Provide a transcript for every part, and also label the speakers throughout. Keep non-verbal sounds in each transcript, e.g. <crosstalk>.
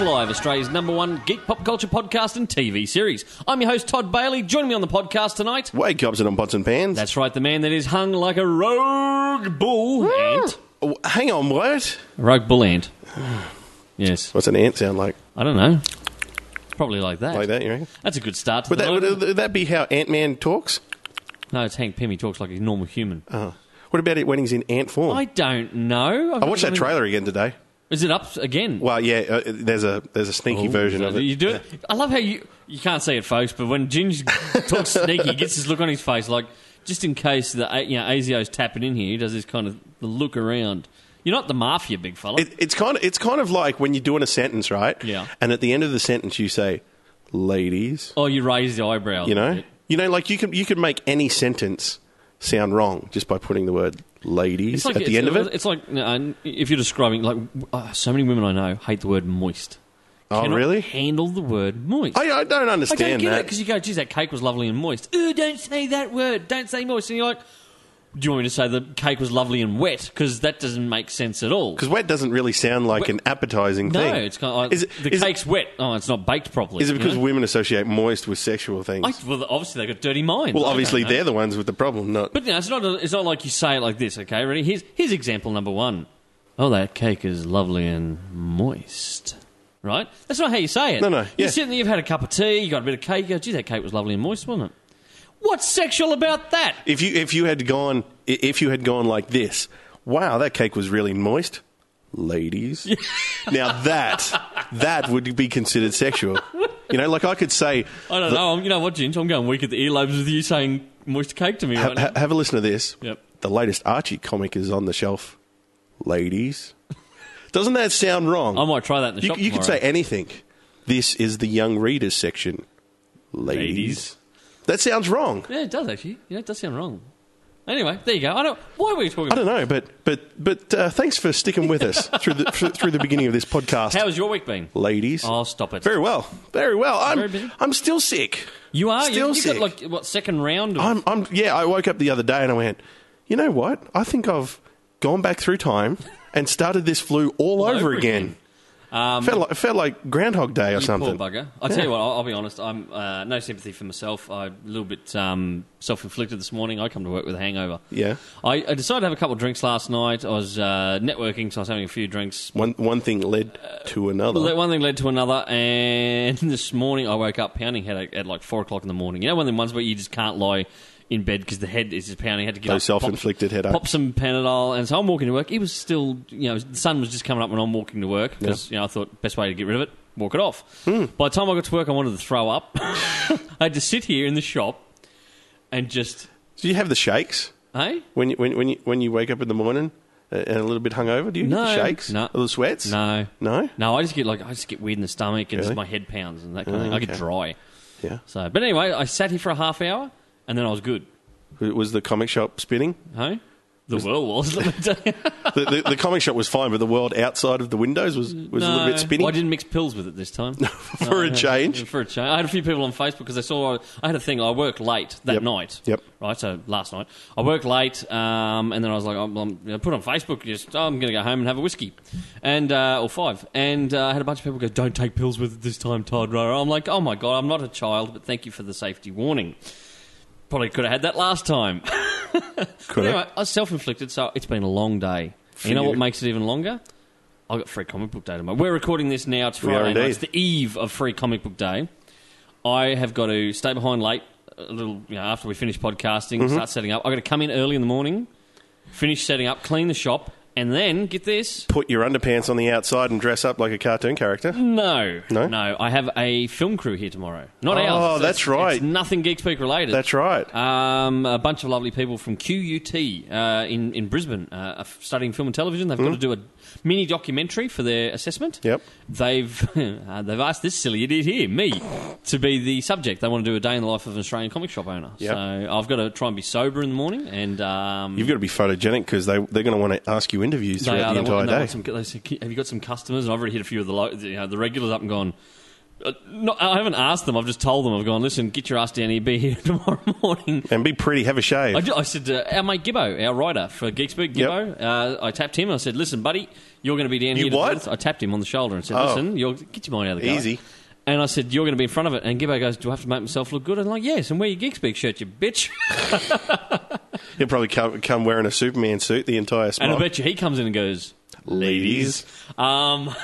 Speaker 1: live, Australia's number one geek pop culture podcast and TV series. I'm your host, Todd Bailey. Join me on the podcast tonight.
Speaker 2: Wade Cobson on Pots and Pans.
Speaker 1: That's right, the man that is hung like a rogue bull ant.
Speaker 2: Oh, hang on, what?
Speaker 1: Rogue bull ant. Yes.
Speaker 2: What's an ant sound like?
Speaker 1: I don't know. Probably like that.
Speaker 2: Like that, you reckon?
Speaker 1: That's a good start to
Speaker 2: Would
Speaker 1: the
Speaker 2: that,
Speaker 1: night.
Speaker 2: would, would that be how Ant Man talks?
Speaker 1: No, it's Hank Pym. He talks like a normal human.
Speaker 2: Oh. What about it when he's in ant form?
Speaker 1: I
Speaker 2: I,
Speaker 1: don't know.
Speaker 2: watched that trailer again today.
Speaker 1: Is it up again?
Speaker 2: Well, yeah, uh, there's a there's a sneaky version
Speaker 1: So
Speaker 2: of it.
Speaker 1: Oh, You do it. I love how you you can't see it, folks. But when Ginge
Speaker 2: <laughs>
Speaker 1: talks sneaky, he gets this look on his face, like just in case the A- you know ASIO's tapping in here. He does this kind of look around. You're not the mafia, big fella.
Speaker 2: It, it's kind of it's kind of like when you're doing a sentence, right?
Speaker 1: Yeah.
Speaker 2: And at the end of the sentence, you say, "Ladies,"
Speaker 1: oh, you raise the eyebrow.
Speaker 2: you know, you know, like you can you can make any sentence sound wrong just by putting the word "ladies"
Speaker 1: It's like,
Speaker 2: at the
Speaker 1: it's-
Speaker 2: end of it.
Speaker 1: it's like no, if you're describing like uh, so many women I know hate the word moist.
Speaker 2: Oh,
Speaker 1: Cannot
Speaker 2: really?
Speaker 1: Handle the word moist.
Speaker 2: I, I don't
Speaker 1: I don't
Speaker 2: understand
Speaker 1: get it
Speaker 2: that.
Speaker 1: because you go, geez, that cake was lovely and moist. Ooh, don't say that word. Don't say moist. And you're like, do you want me to say the cake was lovely and wet? Because that doesn't make sense at all.
Speaker 2: Because wet doesn't really sound like an appetizing
Speaker 1: No,
Speaker 2: thing.
Speaker 1: it's kind of like,
Speaker 2: Is it-
Speaker 1: the
Speaker 2: is it-
Speaker 1: cake's wet. Oh, it's not baked properly.
Speaker 2: Is it
Speaker 1: you
Speaker 2: because
Speaker 1: know?
Speaker 2: women associate moist with sexual things?
Speaker 1: I, well, obviously they've got dirty minds.
Speaker 2: well,
Speaker 1: I don't
Speaker 2: obviously
Speaker 1: know.
Speaker 2: they're the ones with the problem, not.
Speaker 1: But you know, it's not. it's not like you say it like this. Okay, ready? Here's here's example number one. Oh, that cake is lovely and moist. Right? That's not how you say it.
Speaker 2: No, no,
Speaker 1: You're
Speaker 2: yeah.
Speaker 1: sitting there, you've had a cup of tea, you got a bit of cake. You go, gee, that cake was lovely and moist, wasn't it? What's sexual about that?
Speaker 2: if you if you had gone i- if you had gone like this, wow, that cake was really moist, ladies. now that that would be considered sexual. You know, like I could say,
Speaker 1: I don't know. I'm, you know what, Ginge? I'm going weak at the earlobes with you saying moist cake to me
Speaker 2: ha-
Speaker 1: right
Speaker 2: ha-
Speaker 1: now.
Speaker 2: have a listen to this.
Speaker 1: Yep.
Speaker 2: The latest Archie comic is on the shelf, ladies. Doesn't that sound wrong?
Speaker 1: I might try that in the
Speaker 2: you
Speaker 1: shop
Speaker 2: you could
Speaker 1: tomorrow.
Speaker 2: say anything. This is the young readers section, ladies.
Speaker 1: Ladies.
Speaker 2: That sounds wrong.
Speaker 1: Yeah, it does actually. Yeah, it does sound wrong. Anyway, there you go. I don't. Why were we talking? About?
Speaker 2: I don't know, but but but uh, thanks for sticking
Speaker 1: <laughs>
Speaker 2: with us through the through, through the beginning of this podcast,
Speaker 1: How has your week been?
Speaker 2: ladies.
Speaker 1: Oh, stop it.
Speaker 2: Very well, very well. I'm
Speaker 1: Very busy.
Speaker 2: I'm still sick.
Speaker 1: You are.
Speaker 2: still
Speaker 1: you, you got
Speaker 2: sick.
Speaker 1: like what second round? Of,
Speaker 2: I'm I'm yeah. I woke up the other day and I went, you know what? I think I've gone back through time and started this flu all, over,
Speaker 1: over Um,
Speaker 2: again. felt like felt like Groundhog Day or something.
Speaker 1: Poor bugger. I tell you what, I'll, I'll be honest. I'm uh, no sympathy for myself. I'm a little bit um, self-inflicted this morning. I come to work with a hangover.
Speaker 2: Yeah.
Speaker 1: I, I decided to have a couple of drinks last night. I was uh, networking, so I was having a few drinks.
Speaker 2: One one thing led to another.
Speaker 1: Uh, Well, that One thing led to another, and <laughs> this morning I woke up pounding headache at like four o'clock in the morning. You know, one of the ones where you just can't lie in bed because the head is just pounding. had to get
Speaker 2: Those
Speaker 1: up,
Speaker 2: self-inflicted
Speaker 1: pop,
Speaker 2: headaches.
Speaker 1: Pop some Panadol, and so I'm walking to work. It was still, you know, the sun was just coming up when I'm walking to work because you know I thought best way to get rid of it, walk it off.
Speaker 2: Hmm.
Speaker 1: By the time I got to work, I wanted to throw up. <laughs> I had to sit here in the shop and just,
Speaker 2: do you have the shakes
Speaker 1: hey,
Speaker 2: when you, when when you, when you wake up in the morning uh, and a little bit hungover? Do you
Speaker 1: No,
Speaker 2: get the shakes?
Speaker 1: no.
Speaker 2: A little sweats?
Speaker 1: no,
Speaker 2: No.
Speaker 1: no, I just get like I just get weird in the stomach and just
Speaker 2: Really?
Speaker 1: my
Speaker 2: Oh,
Speaker 1: head pounds and that kind of thing. I get
Speaker 2: okay.
Speaker 1: dry.
Speaker 2: Yeah.
Speaker 1: So, but anyway, I sat here for a half hour, and then I was good.
Speaker 2: It was the comic shop spinning.
Speaker 1: Hey, the world
Speaker 2: <laughs>
Speaker 1: was. <laughs> let me tell you.
Speaker 2: The, the, the comic shop was fine, but the world outside of the windows was, was a little
Speaker 1: No.
Speaker 2: bit spinny.
Speaker 1: I didn't mix pills with it this time.
Speaker 2: <laughs> For a change.
Speaker 1: For a change. I had a few people on Facebook because they saw. I had a thing. I worked late that
Speaker 2: Yep.
Speaker 1: night.
Speaker 2: Yep.
Speaker 1: Right. So last night I worked late, um, and then I was like, I'm, I'm, I put on Facebook. Just oh, I'm going to go home and have a whiskey, and uh, or five. And uh, I had a bunch of people go, "Don't take pills with it this time, Todd." Rowe." I'm like, "Oh my god, I'm not a child, but thank you for the safety warning." Probably could have had that last time. <laughs>
Speaker 2: Could
Speaker 1: But
Speaker 2: have.
Speaker 1: anyway, I was self-inflicted, so it's been a long day.
Speaker 2: For
Speaker 1: you know
Speaker 2: you.
Speaker 1: what makes it even longer? I got free comic book day tomorrow. We're recording this now. It's
Speaker 2: We are
Speaker 1: Friday. night.
Speaker 2: indeed.
Speaker 1: It's the eve of free comic book day. I have got to stay behind late a little. You know, after we finish podcasting,
Speaker 2: Mm-hmm.
Speaker 1: start setting up. I got to come in early in the morning, finish setting up, clean the shop, and then get this.
Speaker 2: Put your underpants on the outside and dress up like a cartoon character.
Speaker 1: No,
Speaker 2: No?
Speaker 1: no. I have a film crew here tomorrow. Not
Speaker 2: Oh,
Speaker 1: ours. It's-
Speaker 2: that's
Speaker 1: it's-
Speaker 2: right.
Speaker 1: It's nothing Geek Speak related.
Speaker 2: That's right.
Speaker 1: Um, a bunch of lovely people from QUT uh, in in Brisbane uh, are f- studying film and television. They've got to do a mini documentary for their assessment.
Speaker 2: Mm. Yep.
Speaker 1: They've <laughs> uh, they've asked this silly idiot here, me, to be the subject. They want to do a day in the life of an Australian comic shop owner.
Speaker 2: Yep.
Speaker 1: So I've got to try and be sober in the morning and. Um,
Speaker 2: You've got to be photogenic because they, they're going to want to ask you interviews
Speaker 1: they
Speaker 2: throughout
Speaker 1: are.
Speaker 2: the
Speaker 1: They want-
Speaker 2: entire
Speaker 1: they want
Speaker 2: day.
Speaker 1: some- they say, "Have you got some customers?" And I've already hit a few of the lo- the, you know, the regulars up and gone. uh, not, I haven't asked them. I've just told them. I've gone. Listen, get your ass down here. Be here <laughs> tomorrow morning.
Speaker 2: And be pretty, have a shave.
Speaker 1: I, ju- I said, uh, our mate Gibbo, our writer for Geeksburg, Gibbo, uh, I tapped him and I said, listen, buddy, you're going to be down
Speaker 2: You
Speaker 1: here. to
Speaker 2: what?
Speaker 1: do this." I tapped him on the shoulder and said,
Speaker 2: Oh.
Speaker 1: listen, you're, get your mind out of the gutter."
Speaker 2: Easy.
Speaker 1: And I said, you're going to be in front of it. And Gibbo goes, do I have to make myself look good? And I'm like, yes, and wear your Geeksburg shirt, you bitch. <laughs>
Speaker 2: He'll probably come, come wearing a Superman suit the entire
Speaker 1: And I
Speaker 2: spot.
Speaker 1: bet you he comes in and goes,
Speaker 2: Ladies.
Speaker 1: Um,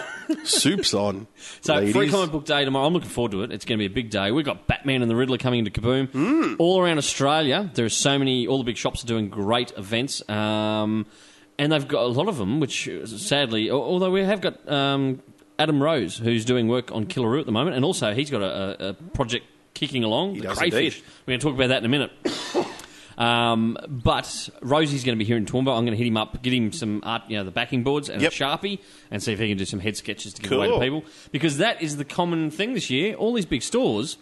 Speaker 2: Soup's on.
Speaker 1: <laughs> so
Speaker 2: ladies.
Speaker 1: free comic book day tomorrow. I'm looking forward to it. It's going to be a big day. We've got Batman and the Riddler coming into Kaboom
Speaker 2: Hmm.
Speaker 1: all around Australia. There's so many. All the big shops are doing great events, um, and they've got a lot of them. Which uh, sadly, al- although we have got um, Adam Rose, who's doing work on Killaroo at the moment, and also he's got a, a, a project kicking along, the
Speaker 2: does
Speaker 1: crayfish.
Speaker 2: indeed.
Speaker 1: We're going to talk about that in a minute. Um, but Rosie's going to be here in Toowoomba. I'm going to hit him up, get him some art, you know, the backing boards and
Speaker 2: Yep.
Speaker 1: a sharpie, and see if he can do some head sketches to give away to
Speaker 2: Cool.
Speaker 1: people. Because that is the common thing this year. All these big stores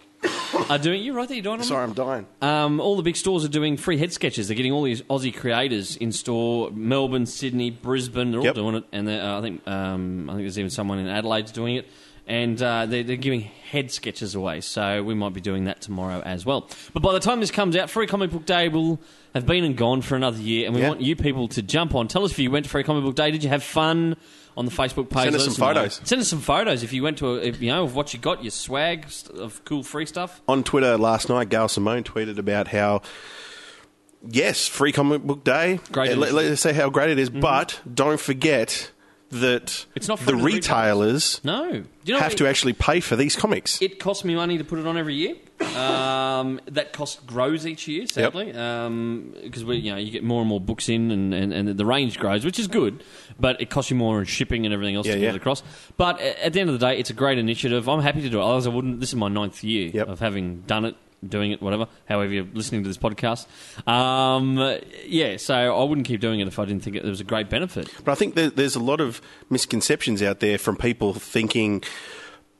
Speaker 1: are doing. You right there? You doing?
Speaker 2: Sorry, I'm dying.
Speaker 1: Um, all the big stores are doing free head sketches. They're getting all these Aussie creators in store. Melbourne, Sydney, Brisbane. They're
Speaker 2: Yep.
Speaker 1: all doing it, and they're, uh, I think um, I think there's even someone in Adelaide's doing it. And uh, they're, they're giving head sketches away, so we might be doing that tomorrow as well. But by the time this comes out, Free Comic Book Day will have been and gone for another year, and we
Speaker 2: Yeah.
Speaker 1: want you people to jump on. Tell us if you went to Free Comic Book Day. Did you have fun on the Facebook page?
Speaker 2: Send us
Speaker 1: Let
Speaker 2: some
Speaker 1: know.
Speaker 2: photos.
Speaker 1: Send us some photos if you went to, a, if, you know, of what you got, your swag st- of cool free stuff.
Speaker 2: on Twitter last night, Gail Simone tweeted about how, yes, free comic book day.
Speaker 1: Great
Speaker 2: Uh,
Speaker 1: it
Speaker 2: Let,
Speaker 1: is. Mm-hmm.
Speaker 2: let's say how great it is, but don't forget that
Speaker 1: It's not free
Speaker 2: the
Speaker 1: to the
Speaker 2: retailers
Speaker 1: No, Do you know
Speaker 2: have
Speaker 1: it-
Speaker 2: to actually pay for these comics.
Speaker 1: It costs me money to put it on every year. Um, that cost grows each year, sadly, because we, you know, you get more and more books in, and, and, and the range grows, which is good. But it costs you more in shipping and everything else
Speaker 2: Yeah,
Speaker 1: to
Speaker 2: yeah.
Speaker 1: get it across. But a- at the end of the day, it's a great initiative. I'm happy to do it. Otherwise, I wouldn't. This is my ninth year
Speaker 2: Yep.
Speaker 1: of having done it. Doing it, whatever, however you're listening to this podcast. Um, yeah, so I wouldn't keep doing it if I didn't think it, there was a great benefit.
Speaker 2: But I think there, there's a lot of misconceptions out there from people thinking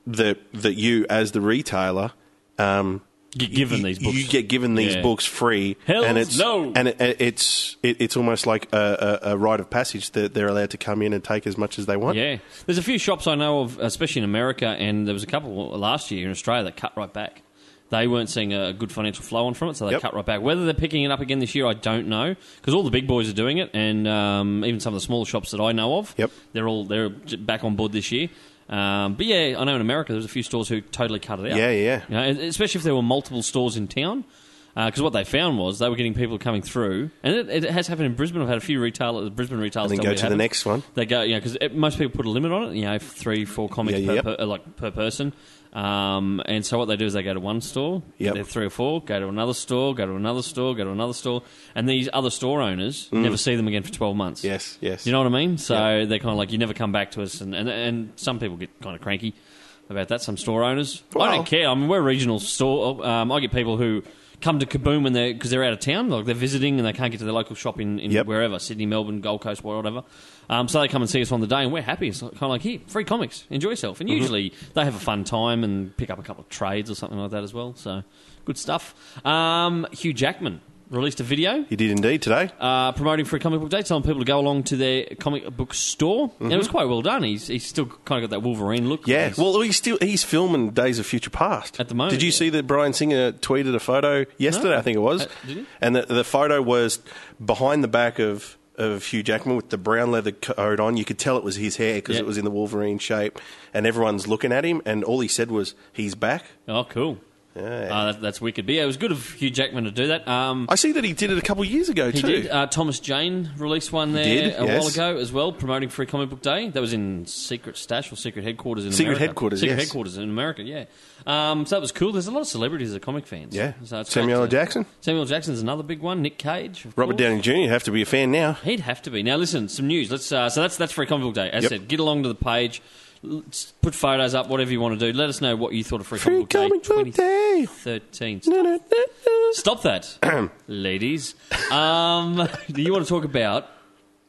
Speaker 2: that that you, as the retailer, um,
Speaker 1: Get given
Speaker 2: you-
Speaker 1: these books.
Speaker 2: you get given these
Speaker 1: Yeah.
Speaker 2: books free,
Speaker 1: Hells
Speaker 2: and it's
Speaker 1: no.
Speaker 2: and it, it- it's it, it's almost like a, a, a rite of passage that they're allowed to come in and take as much as they want.
Speaker 1: Yeah, there's a few shops I know of, especially in America, and there was a couple last year in Australia that cut right back. They weren't seeing a good financial flow on from it, so they
Speaker 2: Yep.
Speaker 1: cut right back. Whether they're picking it up again this year, I don't know, because all the big boys are doing it, and um, even some of the smaller shops that I know of,
Speaker 2: Yep.
Speaker 1: they're all they're j- back on board this year. Um, but yeah, I know in America there's a few stores who totally cut it out.
Speaker 2: Yeah, yeah.
Speaker 1: You know, and especially if there were multiple stores in town. Because what they found was they were getting people coming through, and it, it has happened in Brisbane. I've had a few retailers, Brisbane retailers,
Speaker 2: And
Speaker 1: tell
Speaker 2: then go
Speaker 1: me it
Speaker 2: to the
Speaker 1: happens.
Speaker 2: next one.
Speaker 1: They go, you know, because most people put a limit on it, you know, three, four comics
Speaker 2: Yeah,
Speaker 1: per,
Speaker 2: yep.
Speaker 1: per uh, like per person. Um, and so what they do is they go to one store,
Speaker 2: Yep.
Speaker 1: get their three or four, go to another store, go to another store, go to another store, and these other store owners never see them again for twelve months.
Speaker 2: Mm. Yes, yes.
Speaker 1: Do you know what I mean? So they're kind of like, you never come back to us, and, and, and some people get kind of cranky about that. Some store owners, I
Speaker 2: Well-
Speaker 1: don't care. I mean, we're a regional store. Um, I get people who come to Kaboom and they're because they're out of town, like they're visiting and they can't get to their local shop in, in
Speaker 2: Yep.
Speaker 1: wherever Sydney, Melbourne, Gold Coast, whatever. Um, so they come and see us on the day, and we're happy. It's kind of like here, free comics, enjoy yourself. And
Speaker 2: Mm-hmm.
Speaker 1: usually they have a fun time and pick up a couple of trades or something like that as well. So good stuff. Um, Hugh Jackman released a video
Speaker 2: You did indeed today.
Speaker 1: uh, promoting Free Comic Book Day, telling people to go along to their comic book store. And it
Speaker 2: Mm-hmm.
Speaker 1: was quite well done. He's, he's still kind of got that Wolverine look.
Speaker 2: Yeah.
Speaker 1: He's-
Speaker 2: Well, he's still he's filming Days of Future Past
Speaker 1: At the moment,
Speaker 2: Did you
Speaker 1: yeah.
Speaker 2: see that Brian Singer tweeted a photo yesterday?
Speaker 1: No.
Speaker 2: I think it was.
Speaker 1: Uh, did he?
Speaker 2: And the, the photo was behind the back of. Of Hugh Jackman with the brown leather coat on, you could tell it was his hair because
Speaker 1: Yeah.
Speaker 2: it was in the Wolverine shape, and everyone's looking at him, and all he said was, "He's back."
Speaker 1: oh, cool.
Speaker 2: Yeah.
Speaker 1: Uh, that, that's wicked. But yeah, it was good of Hugh Jackman to do that. Um,
Speaker 2: I see that he did it a couple of years ago
Speaker 1: he
Speaker 2: too.
Speaker 1: did. Uh, Thomas Jane released one there
Speaker 2: did,
Speaker 1: a
Speaker 2: yes.
Speaker 1: while ago as well, promoting Free Comic Book Day. That was in Secret Stash or Secret Headquarters in
Speaker 2: Secret
Speaker 1: America.
Speaker 2: Headquarters,
Speaker 1: Secret
Speaker 2: yes.
Speaker 1: Headquarters in America, yeah. Um, so that was cool. There's a lot of celebrities that are comic fans.
Speaker 2: Yeah.
Speaker 1: So it's
Speaker 2: Samuel
Speaker 1: great
Speaker 2: L.
Speaker 1: to-
Speaker 2: Jackson,
Speaker 1: Samuel Jackson's another big one. Nick Cage. Of
Speaker 2: Robert
Speaker 1: course.
Speaker 2: Downey Jr. Have to be a fan now.
Speaker 1: He'd have to be. Now, listen, some news. Let's. Uh, so that's that's Free Comic Book Day. As
Speaker 2: Yep.
Speaker 1: I said, get along to the page, Let's put photos up, whatever you want to do. Let us know what you thought of Free,
Speaker 2: Free comic book day.
Speaker 1: 2013.
Speaker 2: No, no, no, no.
Speaker 1: Stop
Speaker 2: <clears throat>
Speaker 1: that, ladies. Um, <laughs> do you want to talk about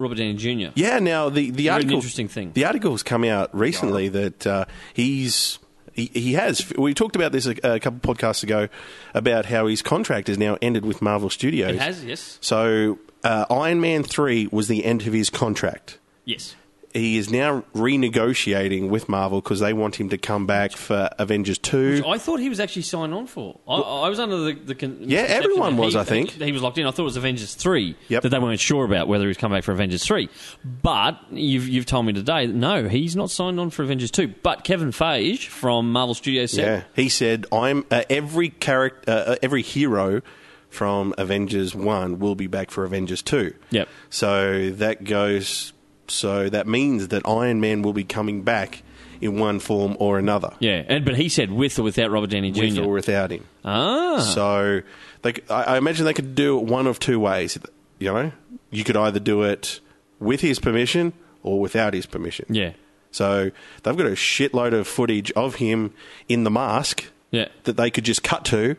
Speaker 1: Robert Downey Jr.?
Speaker 2: Yeah, now the the
Speaker 1: an
Speaker 2: article
Speaker 1: interesting thing.
Speaker 2: The article's come out recently that uh, he's he, he has. We talked about this a, a couple podcasts ago about how his contract has now ended with Marvel Studios.
Speaker 1: It has, yes,
Speaker 2: So uh, Iron Man three was the end of his contract.
Speaker 1: yes.
Speaker 2: he is now renegotiating with Marvel because they want him to come back for Avengers two.
Speaker 1: I thought he was actually signed on for. I, I was under the, the con-
Speaker 2: Yeah,
Speaker 1: misconception
Speaker 2: everyone
Speaker 1: that
Speaker 2: was,
Speaker 1: he-
Speaker 2: I think.
Speaker 1: that he was locked in. I thought it was Avengers three
Speaker 2: Yep.
Speaker 1: that they weren't sure about whether he was coming back for Avengers three. But you've you've told me today, no, he's not signed on for Avengers two. But Kevin Feige from Marvel Studios said
Speaker 2: yeah, he said, "I'm uh, every character, uh, uh, every hero." From Avengers One will be back for Avengers Two.
Speaker 1: Yep.
Speaker 2: So that goes. So that means that Iron Man will be coming back in one form or another,
Speaker 1: Yeah, and but he said with or without Robert Downey
Speaker 2: with
Speaker 1: Jr.
Speaker 2: or without him.
Speaker 1: ah,
Speaker 2: So they, c- I I imagine they could do it one of two ways. You know, you could either do it with his permission or without his permission.
Speaker 1: yeah,
Speaker 2: So they've got a shitload of footage of him in the mask
Speaker 1: yeah,
Speaker 2: that they could just cut to,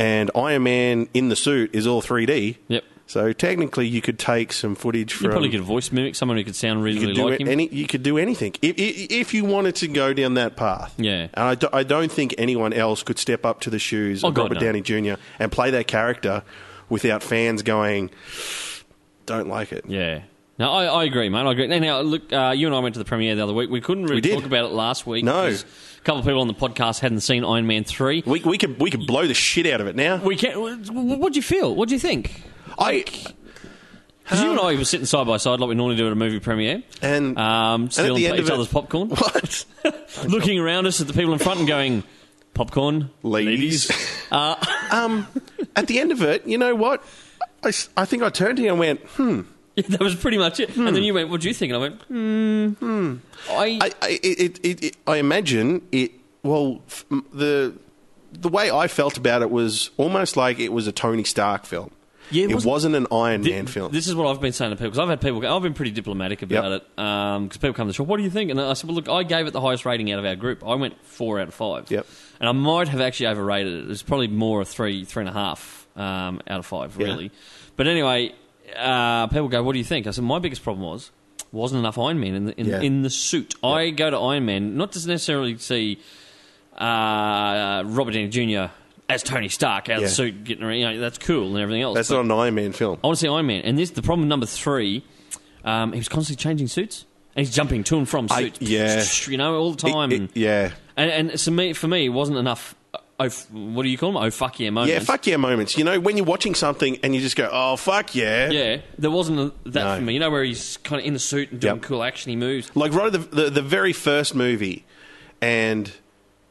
Speaker 2: and Iron Man in the suit is all 3D.
Speaker 1: yep.
Speaker 2: So technically, you could take some footage
Speaker 1: You
Speaker 2: from.
Speaker 1: probably could voice mimic someone who could sound
Speaker 2: um, you
Speaker 1: reasonably
Speaker 2: could do
Speaker 1: like
Speaker 2: it
Speaker 1: him.
Speaker 2: any. You could do anything if, if, if you wanted to go down that path.
Speaker 1: Yeah.
Speaker 2: and I, do, I don't think anyone else could step up to the shoes
Speaker 1: Oh,
Speaker 2: of
Speaker 1: God,
Speaker 2: Robert
Speaker 1: no.
Speaker 2: Downey Jr. and play that character without fans going, "Don't like it."
Speaker 1: Yeah. No, I, I agree, mate. I agree. Now, now look, uh, you and I went to the premiere the other week. We couldn't really
Speaker 2: We did.
Speaker 1: talk about it last week.
Speaker 2: No.
Speaker 1: because A couple of people on the podcast hadn't seen Iron Man 3.
Speaker 2: We, we could we could blow the shit out of it now.
Speaker 1: We can't, wh- wh- what'd you feel? What'd you think?
Speaker 2: I
Speaker 1: Because you and I were sitting side by side like we normally do at a movie premiere.
Speaker 2: and
Speaker 1: Um, stealing
Speaker 2: end
Speaker 1: each
Speaker 2: of it-
Speaker 1: other's popcorn. <laughs>
Speaker 2: <laughs> what
Speaker 1: Looking around us at the people in front and going, popcorn, Uh,
Speaker 2: ladies? <laughs> um, at the end of it, you know what? I, s- I think I turned to you and went, "Hmm."
Speaker 1: <laughs> Yeah, that was pretty much it. And then you went, what do you think? And I went, hmm. I,
Speaker 2: I, I, it, it, it, I imagine it. Well, f- m- the the way I felt about it was almost like it was a Tony Stark film.
Speaker 1: Yeah, it
Speaker 2: it,
Speaker 1: wasn't-
Speaker 2: wasn't an Iron
Speaker 1: Thi-
Speaker 2: Man film.
Speaker 1: This is what I've been saying to people because I've had people. go- I've been pretty diplomatic about
Speaker 2: Yep.
Speaker 1: it because people come to the shop. What do you think? And I said, well, look, I gave it the highest rating out of our group. I went four out of five.
Speaker 2: Yep.
Speaker 1: And I might have actually overrated it. It was probably more a three, three and a half um, out of five, really. But anyway, uh, people go, what do you think? I said, my biggest problem was wasn't enough Iron Man in the in,
Speaker 2: Yeah.
Speaker 1: in the suit. I go to Iron Man not to necessarily see uh, Robert Downey Jr. as Tony Stark out of
Speaker 2: Yeah.
Speaker 1: the suit getting around. You know, that's cool and everything else.
Speaker 2: That's
Speaker 1: but-
Speaker 2: not an Iron Man film.
Speaker 1: I want to see Iron Man. And this the problem number three. Um, he was constantly changing suits. And he's jumping to and from
Speaker 2: I-
Speaker 1: suits.
Speaker 2: yeah.
Speaker 1: you know, all the
Speaker 2: It-
Speaker 1: time.
Speaker 2: it- yeah,
Speaker 1: and and so me, for me, it wasn't enough. uh, Oh, f- what do you call them? Oh, fuck yeah moments.
Speaker 2: yeah. Fuck yeah moments. You know when you're watching something and you just go, "Oh fuck yeah."
Speaker 1: Yeah, there wasn't a, that
Speaker 2: No.
Speaker 1: for me. You know, where he's kind of in the suit and doing
Speaker 2: Yep.
Speaker 1: cool action. He moves.
Speaker 2: Like right at the, the the very first movie, and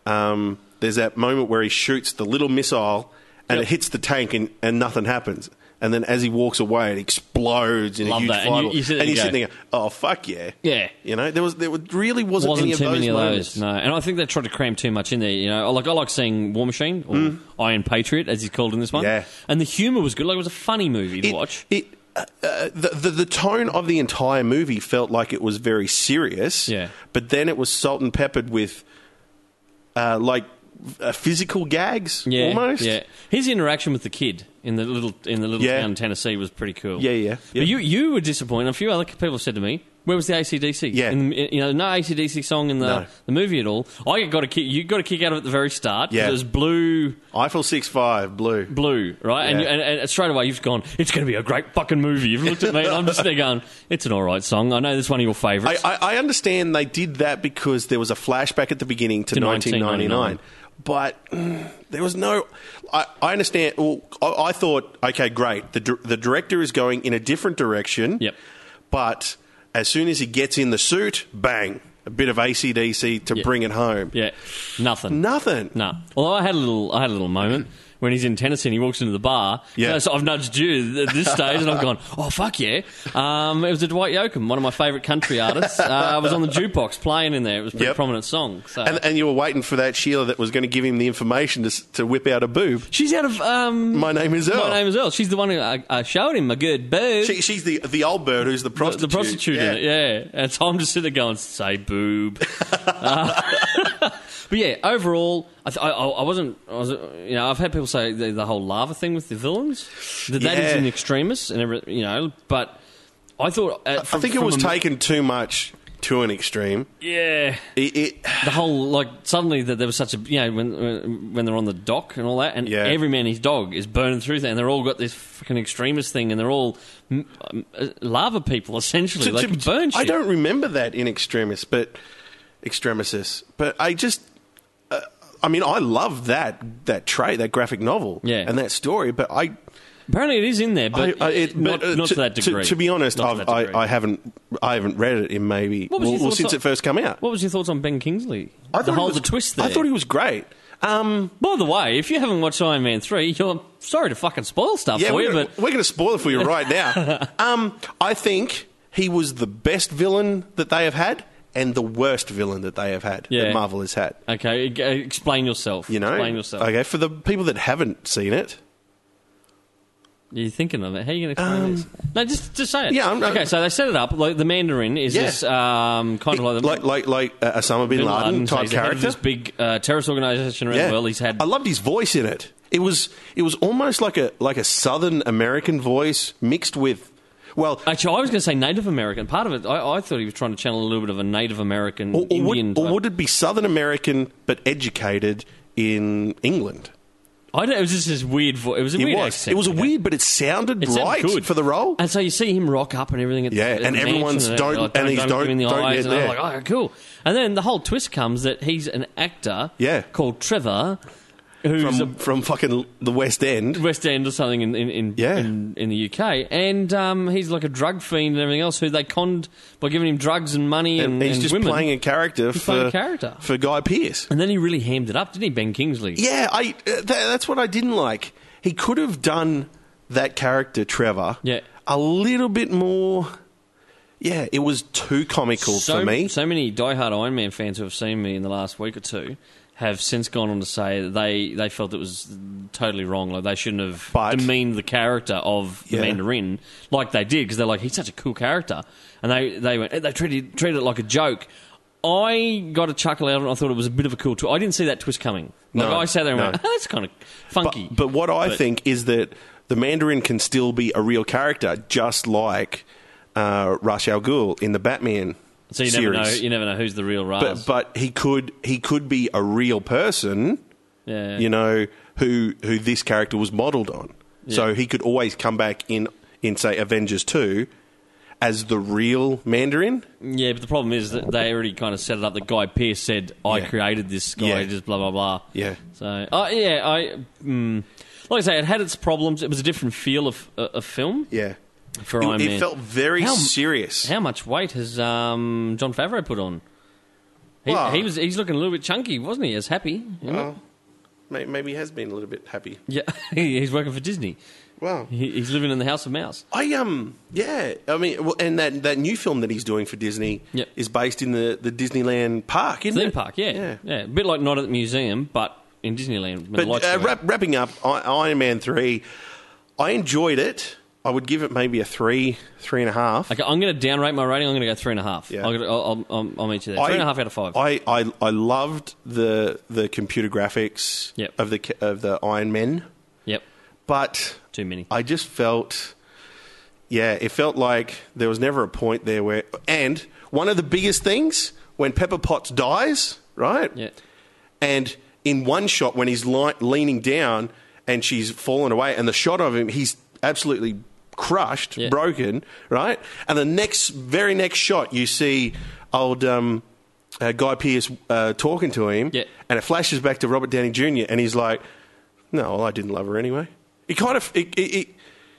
Speaker 2: um, there's that moment where he shoots the little missile and
Speaker 1: Yep.
Speaker 2: it hits the tank and, and nothing happens. And then as he walks away, it explodes in
Speaker 1: Love
Speaker 2: a huge
Speaker 1: that. And you-
Speaker 2: fireball.
Speaker 1: you sit there and
Speaker 2: you're
Speaker 1: go-
Speaker 2: sitting there, oh fuck yeah,
Speaker 1: Yeah.
Speaker 2: You know, there was there was- really wasn't,
Speaker 1: wasn't
Speaker 2: any of
Speaker 1: too
Speaker 2: those
Speaker 1: many of
Speaker 2: moments.
Speaker 1: those. No, and I think they tried to cram too much in there. You know, I like I like seeing War Machine or Iron Patriot as he's called in this one.
Speaker 2: Mm. Yeah.
Speaker 1: and the humor was good. Like it was a funny movie to
Speaker 2: It-
Speaker 1: watch.
Speaker 2: it. Uh, uh, the, the the tone of the entire movie felt like it was very serious,
Speaker 1: Yeah.
Speaker 2: But then it was salt and peppered with, uh, like, uh, physical gags,
Speaker 1: Yeah,
Speaker 2: almost.
Speaker 1: Yeah, his interaction with the kid in the little in the little
Speaker 2: Yeah.
Speaker 1: town in Tennessee was pretty cool.
Speaker 2: Yeah, yeah, yeah.
Speaker 1: But you you were disappointed. A few other people said to me, "Where was the ACDC?
Speaker 2: Yeah.
Speaker 1: in, in- you know, no ACDC song in the,
Speaker 2: No.
Speaker 1: the movie at all. I got a kick. You got a kick out of it at the very start. 'cause
Speaker 2: Yeah.
Speaker 1: it was blue,
Speaker 2: Eiffel six five blue.
Speaker 1: blue, right? And, you,
Speaker 2: Yeah.
Speaker 1: and, and straight away you've gone. It's going to be a great fucking movie. You've looked at me, and I'm just there going, "It's an all right song. I know this one of your
Speaker 2: I,
Speaker 1: favourites.
Speaker 2: I, I understand they did that because there was a flashback at the beginning to,
Speaker 1: To
Speaker 2: 1999,
Speaker 1: 1999.
Speaker 2: but mm, there was no. I, I understand. Well, I, I thought, okay, great. The dir- the director is going in a different direction.
Speaker 1: Yep.
Speaker 2: But as soon as he gets in the suit, bang, a bit of ACDC to bring it home.
Speaker 1: Yeah, nothing.
Speaker 2: Nothing.
Speaker 1: No. Although I had a little, I had a little moment when he's in Tennessee and he walks into the bar.
Speaker 2: Yeah.
Speaker 1: So I've nudged you at this stage, and I've gone, oh fuck yeah! Um, it was a Dwight Yoakam, one of my favourite country artists. Uh, I was on the jukebox playing in there. It was a pretty
Speaker 2: Yep.
Speaker 1: prominent song. So.
Speaker 2: And, and you were waiting for that Sheila that was going to give him the information to, s- to whip out a boob.
Speaker 1: She's out of um,
Speaker 2: My name is Earl.
Speaker 1: my name is Earl. She's the one who uh, uh, showed him a good boob.
Speaker 2: She, she's the the old bird who's the prostitute.
Speaker 1: the prostitute in it, yeah. And so I'm just sitting there going, say boob.
Speaker 2: <laughs>
Speaker 1: Uh, <laughs> but yeah, overall, I, th- I, I I wasn't, I was, you know, I've had people say the, the whole lava thing with the villains, that that is
Speaker 2: Yeah.
Speaker 1: an extremist and everything, you know, but I thought. Uh, from,
Speaker 2: I think it
Speaker 1: from
Speaker 2: was
Speaker 1: a-
Speaker 2: taken too much to an extreme.
Speaker 1: Yeah.
Speaker 2: It, it
Speaker 1: The whole like suddenly that there was such a you know when when they're on the dock and all that and
Speaker 2: Yeah.
Speaker 1: every man his dog is burning through there and they're all got this fucking extremist thing and they're all mm, um, uh, lava people essentially like
Speaker 2: to- to-
Speaker 1: burn shit.
Speaker 2: I don't remember that in extremis, but extremists. But I just, uh, I mean, I love that that trait, that graphic novel,
Speaker 1: Yeah.
Speaker 2: and that story. But I,
Speaker 1: Apparently it is in there, but,
Speaker 2: I, I it,
Speaker 1: not,
Speaker 2: but, uh,
Speaker 1: not to, that degree.
Speaker 2: To, be honest,
Speaker 1: Not to
Speaker 2: I've,
Speaker 1: that degree.
Speaker 2: I, I haven't, I haven't read it in maybe
Speaker 1: What was your
Speaker 2: well, well,
Speaker 1: thoughts
Speaker 2: since
Speaker 1: on-
Speaker 2: it first came out.
Speaker 1: What was your thoughts on Ben Kingsley?
Speaker 2: I
Speaker 1: the
Speaker 2: thought he
Speaker 1: whole
Speaker 2: was-
Speaker 1: the twist there.
Speaker 2: I thought he was great. Um,
Speaker 1: By the way, if you haven't watched Iron Man three, you're sorry to fucking spoil stuff
Speaker 2: yeah,
Speaker 1: for
Speaker 2: we're,
Speaker 1: you,
Speaker 2: gonna,
Speaker 1: but
Speaker 2: we're going to spoil it for you right
Speaker 1: <laughs>
Speaker 2: now. um, I think he was the best villain that they have had, and the worst villain that they have had
Speaker 1: Yeah.
Speaker 2: that Marvel has had.
Speaker 1: okay, g- uh, explain yourself.
Speaker 2: You know,
Speaker 1: explain yourself.
Speaker 2: Okay, for the people that haven't seen it,
Speaker 1: You're thinking of it. How are you going to explain
Speaker 2: Um,
Speaker 1: this? No, just just say it.
Speaker 2: yeah, I'm- I'm-
Speaker 1: okay, so they set it up. Like the Mandarin is
Speaker 2: Yeah.
Speaker 1: this um, kind of like the
Speaker 2: like like like uh, Osama bin,
Speaker 1: Bin
Speaker 2: Laden,
Speaker 1: so
Speaker 2: type
Speaker 1: he's the head of
Speaker 2: character.
Speaker 1: this big uh, terrorist organization around
Speaker 2: Yeah.
Speaker 1: the world. He's had
Speaker 2: I loved his voice in it. It was it was almost like a like a Southern American voice mixed with, well,
Speaker 1: actually, I was going to say Native American. Part of it, I, I thought he was trying to channel a little bit of a Native American
Speaker 2: or, or,
Speaker 1: Indian.
Speaker 2: would, or
Speaker 1: type.
Speaker 2: would it be Southern American but educated in England?
Speaker 1: I don't. It was just this weird voice. It was a
Speaker 2: It
Speaker 1: weird
Speaker 2: was.
Speaker 1: accent.
Speaker 2: It was a weird, but it sounded
Speaker 1: It sounded
Speaker 2: right
Speaker 1: good.
Speaker 2: for the role.
Speaker 1: And so you see him rock up and everything. At the-
Speaker 2: Yeah,
Speaker 1: at the,
Speaker 2: and
Speaker 1: mansion
Speaker 2: everyone's
Speaker 1: everything,
Speaker 2: don't- and he's
Speaker 1: look him in the
Speaker 2: don't- don't
Speaker 1: eyes,
Speaker 2: get
Speaker 1: and I'm
Speaker 2: there.
Speaker 1: like, oh, cool. And then the whole twist comes that he's an actor.
Speaker 2: Yeah.
Speaker 1: called Trevor, who's
Speaker 2: From, from fucking the West
Speaker 1: a
Speaker 2: End.
Speaker 1: West End or something in in in,
Speaker 2: Yeah.
Speaker 1: in, in the UK, and um, he's like a drug fiend and everything else. Who they conned by giving him drugs and money and,
Speaker 2: And he's
Speaker 1: and
Speaker 2: just
Speaker 1: women.
Speaker 2: playing a character for
Speaker 1: playing a character.
Speaker 2: for Guy Pearce.
Speaker 1: And then he really hammed it up, didn't he, Ben Kingsley?
Speaker 2: Yeah, I uh, th- that's what I didn't like. He could have done that character Trevor
Speaker 1: Yeah.
Speaker 2: a little bit more. Yeah, it was too comical
Speaker 1: so,
Speaker 2: for me.
Speaker 1: So many diehard Iron Man fans who have seen me in the last week or two have since gone on to say that they, they felt it was totally wrong. Like they shouldn't have
Speaker 2: But-
Speaker 1: demeaned the character of the
Speaker 2: Yeah.
Speaker 1: Mandarin like they did because they're like he's such a cool character, and they they went they treated treated it like a joke. I got a chuckle out of it. I thought it was a bit of a cool twist. I didn't see that twist coming. Like
Speaker 2: No,
Speaker 1: I sat there and
Speaker 2: no.
Speaker 1: went, "That's kind of funky."
Speaker 2: But, but what I think is that the Mandarin can still be a real character, just like uh, Ra's al Ghul in the Batman
Speaker 1: so you never
Speaker 2: series.
Speaker 1: know. You never know who's the real Raz.
Speaker 2: but but he could he could be a real person.
Speaker 1: yeah.
Speaker 2: you know who who this character was modelled on. So
Speaker 1: Yeah.
Speaker 2: he could always come back in in say Avengers two as the real Mandarin.
Speaker 1: Yeah, but the problem is that they already kind of set it up. That Guy Pearce said, "I
Speaker 2: Yeah.
Speaker 1: created this guy."
Speaker 2: Yeah.
Speaker 1: Just blah blah blah.
Speaker 2: Yeah.
Speaker 1: So, uh, yeah, I mm, like I say, it had its problems. It was a different feel of a of film
Speaker 2: Yeah,
Speaker 1: for
Speaker 2: it,
Speaker 1: Iron
Speaker 2: it
Speaker 1: Man.
Speaker 2: felt very
Speaker 1: How-
Speaker 2: serious.
Speaker 1: How much weight has um, John Favreau put on? He,
Speaker 2: Well-
Speaker 1: he was he's looking a little bit chunky, wasn't he? As happy. you know?
Speaker 2: Well, may- maybe he has been a little bit happy.
Speaker 1: Yeah, <laughs> he's working for Disney.
Speaker 2: Wow.
Speaker 1: He, he's living in the House of Mouse.
Speaker 2: I um yeah I mean well, and that, that new film that he's doing for Disney
Speaker 1: Yep.
Speaker 2: is based in the, the Disneyland park isn't
Speaker 1: Theme
Speaker 2: it?
Speaker 1: park, yeah, yeah, A bit like not at the museum, but in Disneyland. when the
Speaker 2: But
Speaker 1: lights
Speaker 2: uh,
Speaker 1: go out.
Speaker 2: wrap, wrapping up I, Iron Man three, I enjoyed it. I would give it maybe a three three and a half.
Speaker 1: Okay, I'm going to downrate my rating. I'm going to go three and a half.
Speaker 2: Yeah.
Speaker 1: I'll, I'll, I'll, I'll meet you there. Three and a half out of five.
Speaker 2: I, I, I loved the the computer graphics
Speaker 1: Yep.
Speaker 2: of the ca- of the Iron Men,
Speaker 1: yep,
Speaker 2: but
Speaker 1: too many.
Speaker 2: I just felt, yeah, it felt like there was never a point there where. And one of the biggest things when Pepper Potts dies, right?
Speaker 1: yeah,
Speaker 2: And in one shot, when he's li- leaning down and she's fallen away, and the shot of him, he's absolutely crushed,
Speaker 1: Yeah.
Speaker 2: broken, right? And the next, very next shot, you see old um, uh, Guy Pearce uh, talking to him,
Speaker 1: Yeah.
Speaker 2: and it flashes back to Robert Downey Jr., and he's like, "No, well, I didn't love her anyway." It kind of, it, it, it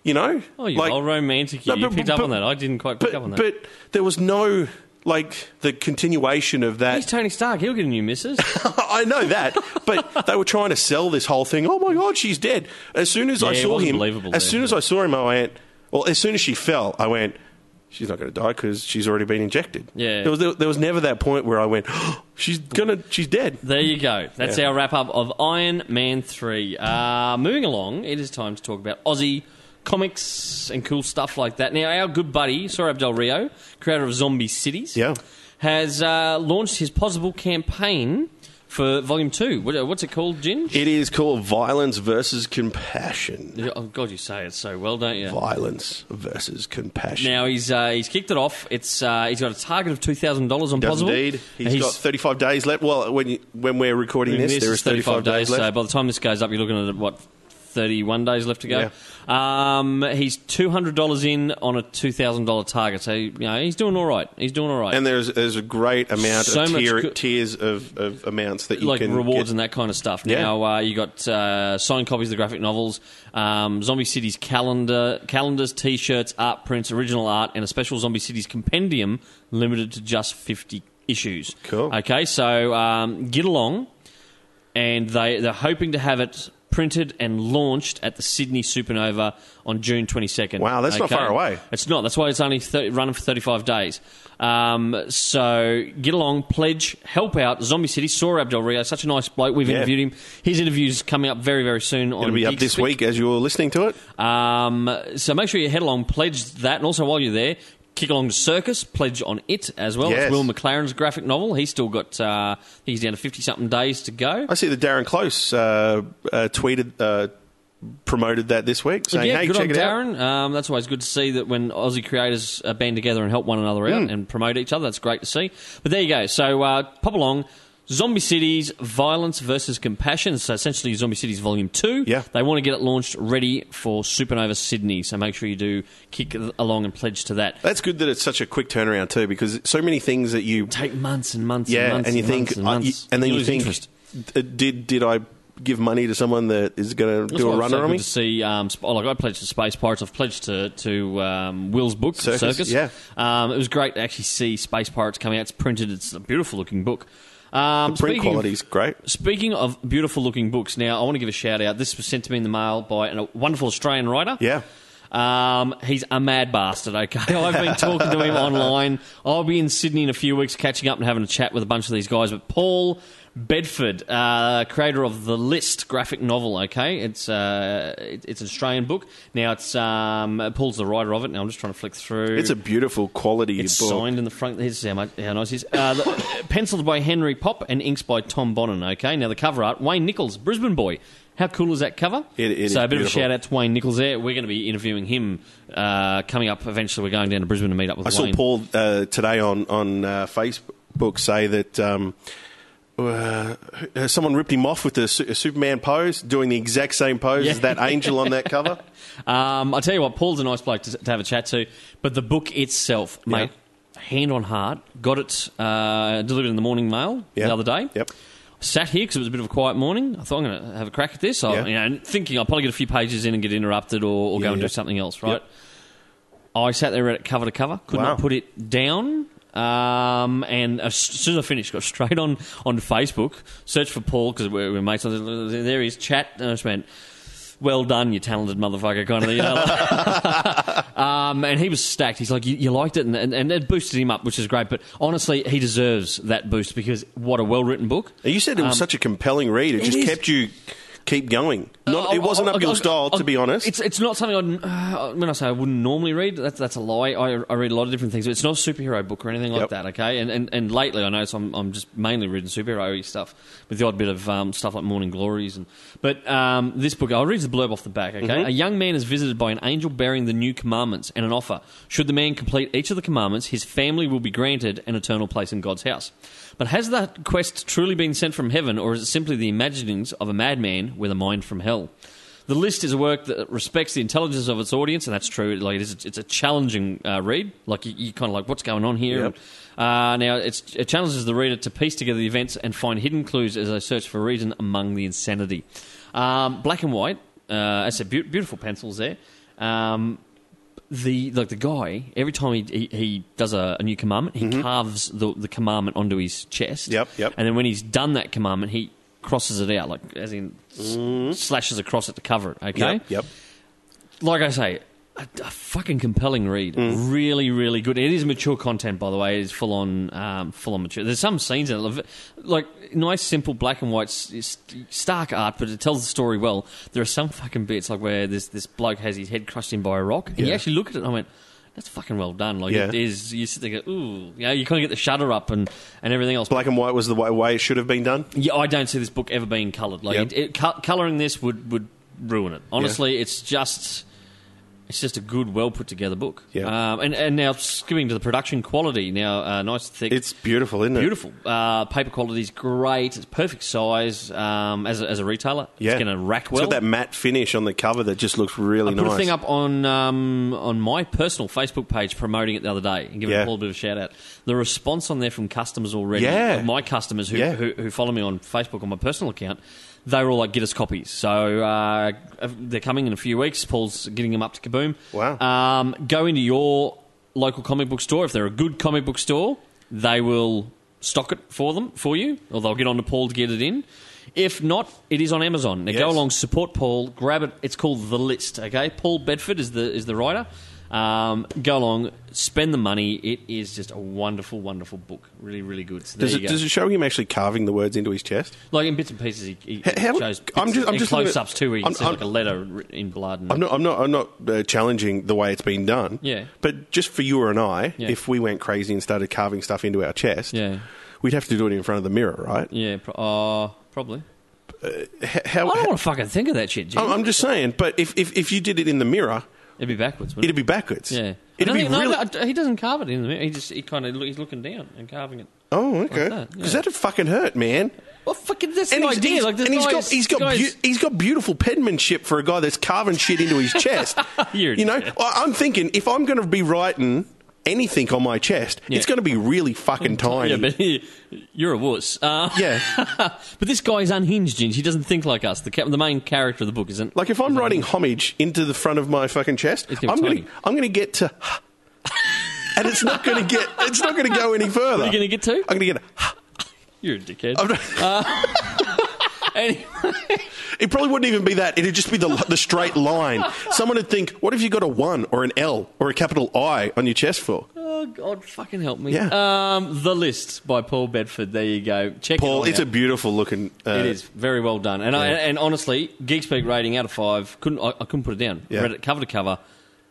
Speaker 2: you know,
Speaker 1: Oh, you old romantic.
Speaker 2: No,
Speaker 1: you
Speaker 2: but-
Speaker 1: picked up
Speaker 2: but-
Speaker 1: on that. I didn't quite pick up on
Speaker 2: but,
Speaker 1: that.
Speaker 2: but there was no like the continuation of that.
Speaker 1: He's Tony Stark. He'll get a new
Speaker 2: <laughs>
Speaker 1: missus.
Speaker 2: I know that, but they were trying to sell this whole thing. Oh my god, she's dead! As soon as I
Speaker 1: Yeah, it
Speaker 2: saw
Speaker 1: wasn't
Speaker 2: him, as
Speaker 1: believable there,
Speaker 2: soon as I saw him, I went. Well, as soon as she fell, I went. She's not going to die because she's already been injected.
Speaker 1: Yeah.
Speaker 2: there was there, was never that point where I went. <gasps> she's gonna, she's dead.
Speaker 1: there you go. That's
Speaker 2: Yeah.
Speaker 1: our wrap up of Iron Man 3. Uh, moving along, it is time to talk about Aussie comics and cool stuff like that. Now, our good buddy, Sorab Del Rio, creator of Zombie Cities,
Speaker 2: Yeah.
Speaker 1: has uh, launched his possible campaign for volume two. What, what's it called, Gin?
Speaker 2: It is called Violence versus Compassion.
Speaker 1: Oh God, you say it so well, don't you?
Speaker 2: Violence versus Compassion.
Speaker 1: Now he's uh, he's kicked it off. It's uh, he's got a target of two thousand dollars on
Speaker 2: Does
Speaker 1: possible.
Speaker 2: indeed.
Speaker 1: And
Speaker 2: he's got 35 days left. Well, when you, when we're recording this, there is 35 days
Speaker 1: So
Speaker 2: left.
Speaker 1: by the time this goes up, you're looking at what thirty-one days left to go. Um, he's two hundred dollars in on a two thousand dollar target. So you know he's doing all right. He's doing all right.
Speaker 2: and there's there's a great amount
Speaker 1: So
Speaker 2: of
Speaker 1: much
Speaker 2: tier,
Speaker 1: co-
Speaker 2: tiers of, of amounts that you
Speaker 1: like
Speaker 2: can
Speaker 1: rewards
Speaker 2: get.
Speaker 1: and that kind of stuff.
Speaker 2: Yeah.
Speaker 1: Now uh, you got uh, signed copies of the graphic novels, um, Zombie City's calendar, calendars, T-shirts, art prints, original art, and a special Zombie City's compendium limited to just fifty issues.
Speaker 2: Cool.
Speaker 1: Okay, so um, get along, and they they're hoping to have it printed and launched at the Sydney Supernova on June twenty second.
Speaker 2: Wow, that's not far away.
Speaker 1: It's not. That's why it's only 30, running for 35 days. Um, so get along, pledge, help out. Zombie City, saw Abdel Rio, such a nice bloke. We've
Speaker 2: Yeah.
Speaker 1: interviewed him. His interview's coming up very, very soon on
Speaker 2: It'll be up
Speaker 1: Geek
Speaker 2: this
Speaker 1: Speak.
Speaker 2: week as you're listening to it.
Speaker 1: Um, so make sure you head along, pledge that, and also while you're there, kick along to Circus, pledge on it as well.
Speaker 2: Yes.
Speaker 1: It's Will McLaren's graphic novel. He's still got, uh, he's down to 50 something days to go.
Speaker 2: I see that Darren Close uh, uh, tweeted, uh, promoted that this week, saying,
Speaker 1: yeah,
Speaker 2: hey,
Speaker 1: good
Speaker 2: check
Speaker 1: on
Speaker 2: it out.
Speaker 1: Darren. Um, that's always good to see that when Aussie creators uh, band together and help one another
Speaker 2: Hmm.
Speaker 1: out and promote each other. That's great to see. But there you go. So uh, pop along. Zombie Cities, Violence versus Compassion. So essentially, Zombie Cities Volume 2.
Speaker 2: Yeah.
Speaker 1: They want to get it launched ready for Supernova Sydney. So make sure you do kick along and pledge to that.
Speaker 2: That's good that it's such a quick turnaround, too, because so many things that you
Speaker 1: Take months and months and
Speaker 2: Yeah,
Speaker 1: months
Speaker 2: and you
Speaker 1: months
Speaker 2: think,
Speaker 1: and,
Speaker 2: uh, you-
Speaker 1: months.
Speaker 2: and then you,
Speaker 1: lose
Speaker 2: think,
Speaker 1: interest.
Speaker 2: d- did did I give money to someone that is going to
Speaker 1: That's
Speaker 2: do
Speaker 1: why
Speaker 2: a
Speaker 1: it's so
Speaker 2: runner on
Speaker 1: good
Speaker 2: me?
Speaker 1: To see, um, sp- oh, like I pledged to Space Pirates, I've pledged to to um, Will's book,
Speaker 2: Circus,
Speaker 1: Circus.
Speaker 2: yeah.
Speaker 1: um, it was great to actually see Space Pirates coming out. It's printed. It's a beautiful looking book. Um,
Speaker 2: Print
Speaker 1: speaking of-
Speaker 2: quality's great.
Speaker 1: Speaking of beautiful looking books, now I want to give a shout out. This was sent to me in the mail by an- a wonderful Australian writer.
Speaker 2: Yeah.
Speaker 1: Um, he's a mad bastard,
Speaker 2: <laughs>
Speaker 1: okay? I've been talking to him online. I'll be in Sydney in a few weeks catching up and having a chat with a bunch of these guys. But Paul Bedford, uh, creator of The List graphic novel, okay? It's, uh, it- it's an Australian book. Now, it's um, Paul's the writer of it. Now, I'm just trying to flick through.
Speaker 2: It's a beautiful quality
Speaker 1: It's
Speaker 2: book.
Speaker 1: signed in the front. Here's how, much, how nice it is. Uh, the- <coughs> penciled by Henry Pop and inks by Tom Bonin. Okay, now the cover art Wayne Nichols, Brisbane boy. How cool is that cover?
Speaker 2: It- it
Speaker 1: so
Speaker 2: is
Speaker 1: a bit
Speaker 2: beautiful.
Speaker 1: of a shout out to Wayne Nichols there. We're going to be interviewing him uh, coming up. Eventually, we're going down to Brisbane to meet up with
Speaker 2: I saw
Speaker 1: Wayne.
Speaker 2: Paul uh, today on on uh, Facebook say that. Um, uh, someone ripped him off with the su- Superman pose, doing the exact same pose as that angel on that cover.
Speaker 1: Um, I tell you what, Paul's a nice bloke to, to have a chat to, but the book itself, mate, hand on heart, got it uh, delivered in the morning mail <laughs>
Speaker 2: Yeah.
Speaker 1: the other day.
Speaker 2: Yep.
Speaker 1: Sat here because it was a bit of a quiet morning. I thought I'm going to have a crack at this. I,
Speaker 2: Yeah.
Speaker 1: You know, and thinking I'll probably get a few pages in and get interrupted or, or
Speaker 2: Yeah,
Speaker 1: go and
Speaker 2: yeah.
Speaker 1: do something else, right? I sat there read it cover to cover, could
Speaker 2: Wow.
Speaker 1: not put it down. Um, and as soon as I finished, got straight on on Facebook, searched for Paul because we're, we're mates. There he is, chat. And I just went, well done, you talented motherfucker, kind of thing. You
Speaker 2: <laughs>
Speaker 1: know, like- um, and he was stacked. He's like, you, you liked it, and, and, and it boosted him up, which is great. But honestly, he deserves that boost because what a well written book.
Speaker 2: You said it was such a compelling read; it, just
Speaker 1: Um, is. Uh,
Speaker 2: kept you keep going. Not,
Speaker 1: I-
Speaker 2: it wasn't
Speaker 1: I-
Speaker 2: up
Speaker 1: I-
Speaker 2: your
Speaker 1: I-
Speaker 2: style,
Speaker 1: I-
Speaker 2: to be honest.
Speaker 1: It's it's not something I uh, when I say I wouldn't normally read. That's that's a lie. I, I read a lot of different things. But it's not a superhero book or anything like
Speaker 2: Yep.
Speaker 1: that. Okay, and and, and lately I notice I'm I'm just mainly reading superhero stuff with the odd bit of um, stuff like Morning Glories and. But um, this book, I'll read the blurb off the back. Okay, a young man is visited by an angel bearing the new commandments and an offer. Should the man complete each of the commandments, his family will be granted an eternal place in God's house. But has that quest truly been sent from heaven, or is it simply the imaginings of a madman with a mind from hell? The list is a work that respects the intelligence of its audience, and that's true. Like it is, it's a challenging uh, read. Like you, you kind of like, what's going on here?
Speaker 2: Yep.
Speaker 1: Uh, now it's, it challenges the reader to piece together the events and find hidden clues as they search for reason among the insanity. Um, black and white. Uh, as I said, beau- beautiful pencils there. Um, the like the guy every time he he, he does a, a new commandment, he carves the the commandment onto his chest.
Speaker 2: Mm-hmm. Yep, yep.
Speaker 1: And then when he's done that commandment, he crosses it out, like as in s- slashes across it to cover it. Okay.
Speaker 2: Mm-hmm. Yep, yep.
Speaker 1: Like I say. A, a fucking compelling read,
Speaker 2: Mm-hmm.
Speaker 1: really, really good. It is mature content, by the way. It's full on, um, full on mature. There's some scenes in it, like nice, simple black and white, s- s- stark art, but it tells the story well. There are some fucking bits like where this this bloke has his head crushed in by a rock, and you
Speaker 2: Yeah.
Speaker 1: actually look at it and I went, that's fucking well done. Like
Speaker 2: Yeah.
Speaker 1: it is. You sit there, and go, ooh, yeah. You kind of get the shutter up and, and everything else.
Speaker 2: Black and white was the way, way it should have been done.
Speaker 1: Yeah, I don't see this book ever being coloured. Like
Speaker 2: Yep.
Speaker 1: it, it, co- colouring this would would ruin it. Honestly, it's just it's just a good, well put together book.
Speaker 2: Yep.
Speaker 1: Um, and and now skipping to the production quality. Now, uh, nice thick.
Speaker 2: It's beautiful, isn't it?
Speaker 1: Beautiful. Uh, paper quality is great. It's perfect size um, as, a, as a retailer.
Speaker 2: Yeah.
Speaker 1: It's going to rack
Speaker 2: It's
Speaker 1: well.
Speaker 2: got that matte finish on the cover that just looks really
Speaker 1: Put
Speaker 2: nice.
Speaker 1: a thing up on um, on my personal Facebook page promoting it the other day and giving
Speaker 2: Yeah.
Speaker 1: it a little bit of a shout out. The response on there from customers already,
Speaker 2: Yeah.
Speaker 1: of my customers who,
Speaker 2: Yeah.
Speaker 1: who who follow me on Facebook on my personal account, they were all like, "Get us copies." So uh, they're coming in a few weeks. Paul's getting them up to Kaboom.
Speaker 2: Wow.
Speaker 1: Um, go into your local comic book store if they're a good comic book store. They will stock it for them for you, or they'll get on to Paul to get it in. If not, it is on Amazon. Now go
Speaker 2: Yes.
Speaker 1: along, support Paul, grab it. It's called The List. Okay, Paul Bedford is the is the writer. Um, go along, spend the money. It is just a wonderful, wonderful book. Really, really good. So there
Speaker 2: Does it,
Speaker 1: you go.
Speaker 2: does it show him actually carving the words into his chest?
Speaker 1: like in bits and pieces, he, he
Speaker 2: H- how-
Speaker 1: shows
Speaker 2: I'm just- I'm just looking at-
Speaker 1: close ups too. Where you can
Speaker 2: I'm-
Speaker 1: see
Speaker 2: I'm-
Speaker 1: like a letter written in blood. And,
Speaker 2: I'm not. I'm not. I'm not uh, challenging the way it's been done.
Speaker 1: Yeah.
Speaker 2: But just for you and I,
Speaker 1: Yeah.
Speaker 2: if we went crazy and started carving stuff into our chest,
Speaker 1: yeah,
Speaker 2: we'd have to do it in front of the mirror, right?
Speaker 1: yeah, pro- uh, probably.
Speaker 2: H- How?
Speaker 1: I don't want to fucking think of that shit, Jim.
Speaker 2: I'm I'm just saying. But if, if if you did it in the mirror,
Speaker 1: It'd be backwards, wouldn't
Speaker 2: it'd be backwards.
Speaker 1: it? Yeah. I
Speaker 2: It'd
Speaker 1: don't
Speaker 2: be
Speaker 1: think- no,
Speaker 2: really.
Speaker 1: no, he doesn't carve it in the mirror. He just he kind of he's looking down and carving it.
Speaker 2: oh, okay. Because
Speaker 1: that, yeah.
Speaker 2: that'd fucking hurt, man.
Speaker 1: Well, fucking that's
Speaker 2: And
Speaker 1: the
Speaker 2: he's,
Speaker 1: idea.
Speaker 2: he's-
Speaker 1: like, this
Speaker 2: and he's
Speaker 1: guy
Speaker 2: got
Speaker 1: is-
Speaker 2: he's got
Speaker 1: this guy
Speaker 2: beau-
Speaker 1: is-
Speaker 2: he's got beautiful penmanship for a guy that's carving shit into
Speaker 1: <laughs>
Speaker 2: his chest.
Speaker 1: You're an
Speaker 2: you know,
Speaker 1: idiot.
Speaker 2: I, I'm thinking if I'm going to be writing anything on my chest,
Speaker 1: Yeah.
Speaker 2: it's going to be really fucking tiny.
Speaker 1: Yeah, but he, you're a wuss. Uh,
Speaker 2: Yeah.
Speaker 1: <laughs> but this guy is unhinged, Ginge. He doesn't think like us. The, ca- the main character of the book isn't.
Speaker 2: Like if I'm writing homage into the front of my fucking chest,
Speaker 1: It's gonna
Speaker 2: I'm
Speaker 1: be
Speaker 2: going
Speaker 1: tiny.
Speaker 2: to I'm going to get to, and it's not going to get it's not going to go any further.
Speaker 1: What are you going to get to?
Speaker 2: I'm going to get.
Speaker 1: You're a dickhead.
Speaker 2: I'm not-
Speaker 1: <laughs> Anyway,
Speaker 2: it probably wouldn't even be that. It'd just be the the straight line. Someone would think, "What if you got a one or an L or a capital I on your chest for?"
Speaker 1: oh, God, fucking help me.
Speaker 2: Yeah.
Speaker 1: Um, the List by Paul Bedford. There you go. Check it
Speaker 2: Paul,
Speaker 1: all
Speaker 2: it's
Speaker 1: out.
Speaker 2: a beautiful looking. Uh,
Speaker 1: oh, It is very well done, and I, and honestly, Geek Speak rating out of five couldn't I, I couldn't put it down.
Speaker 2: Yeah.
Speaker 1: Read it cover to cover,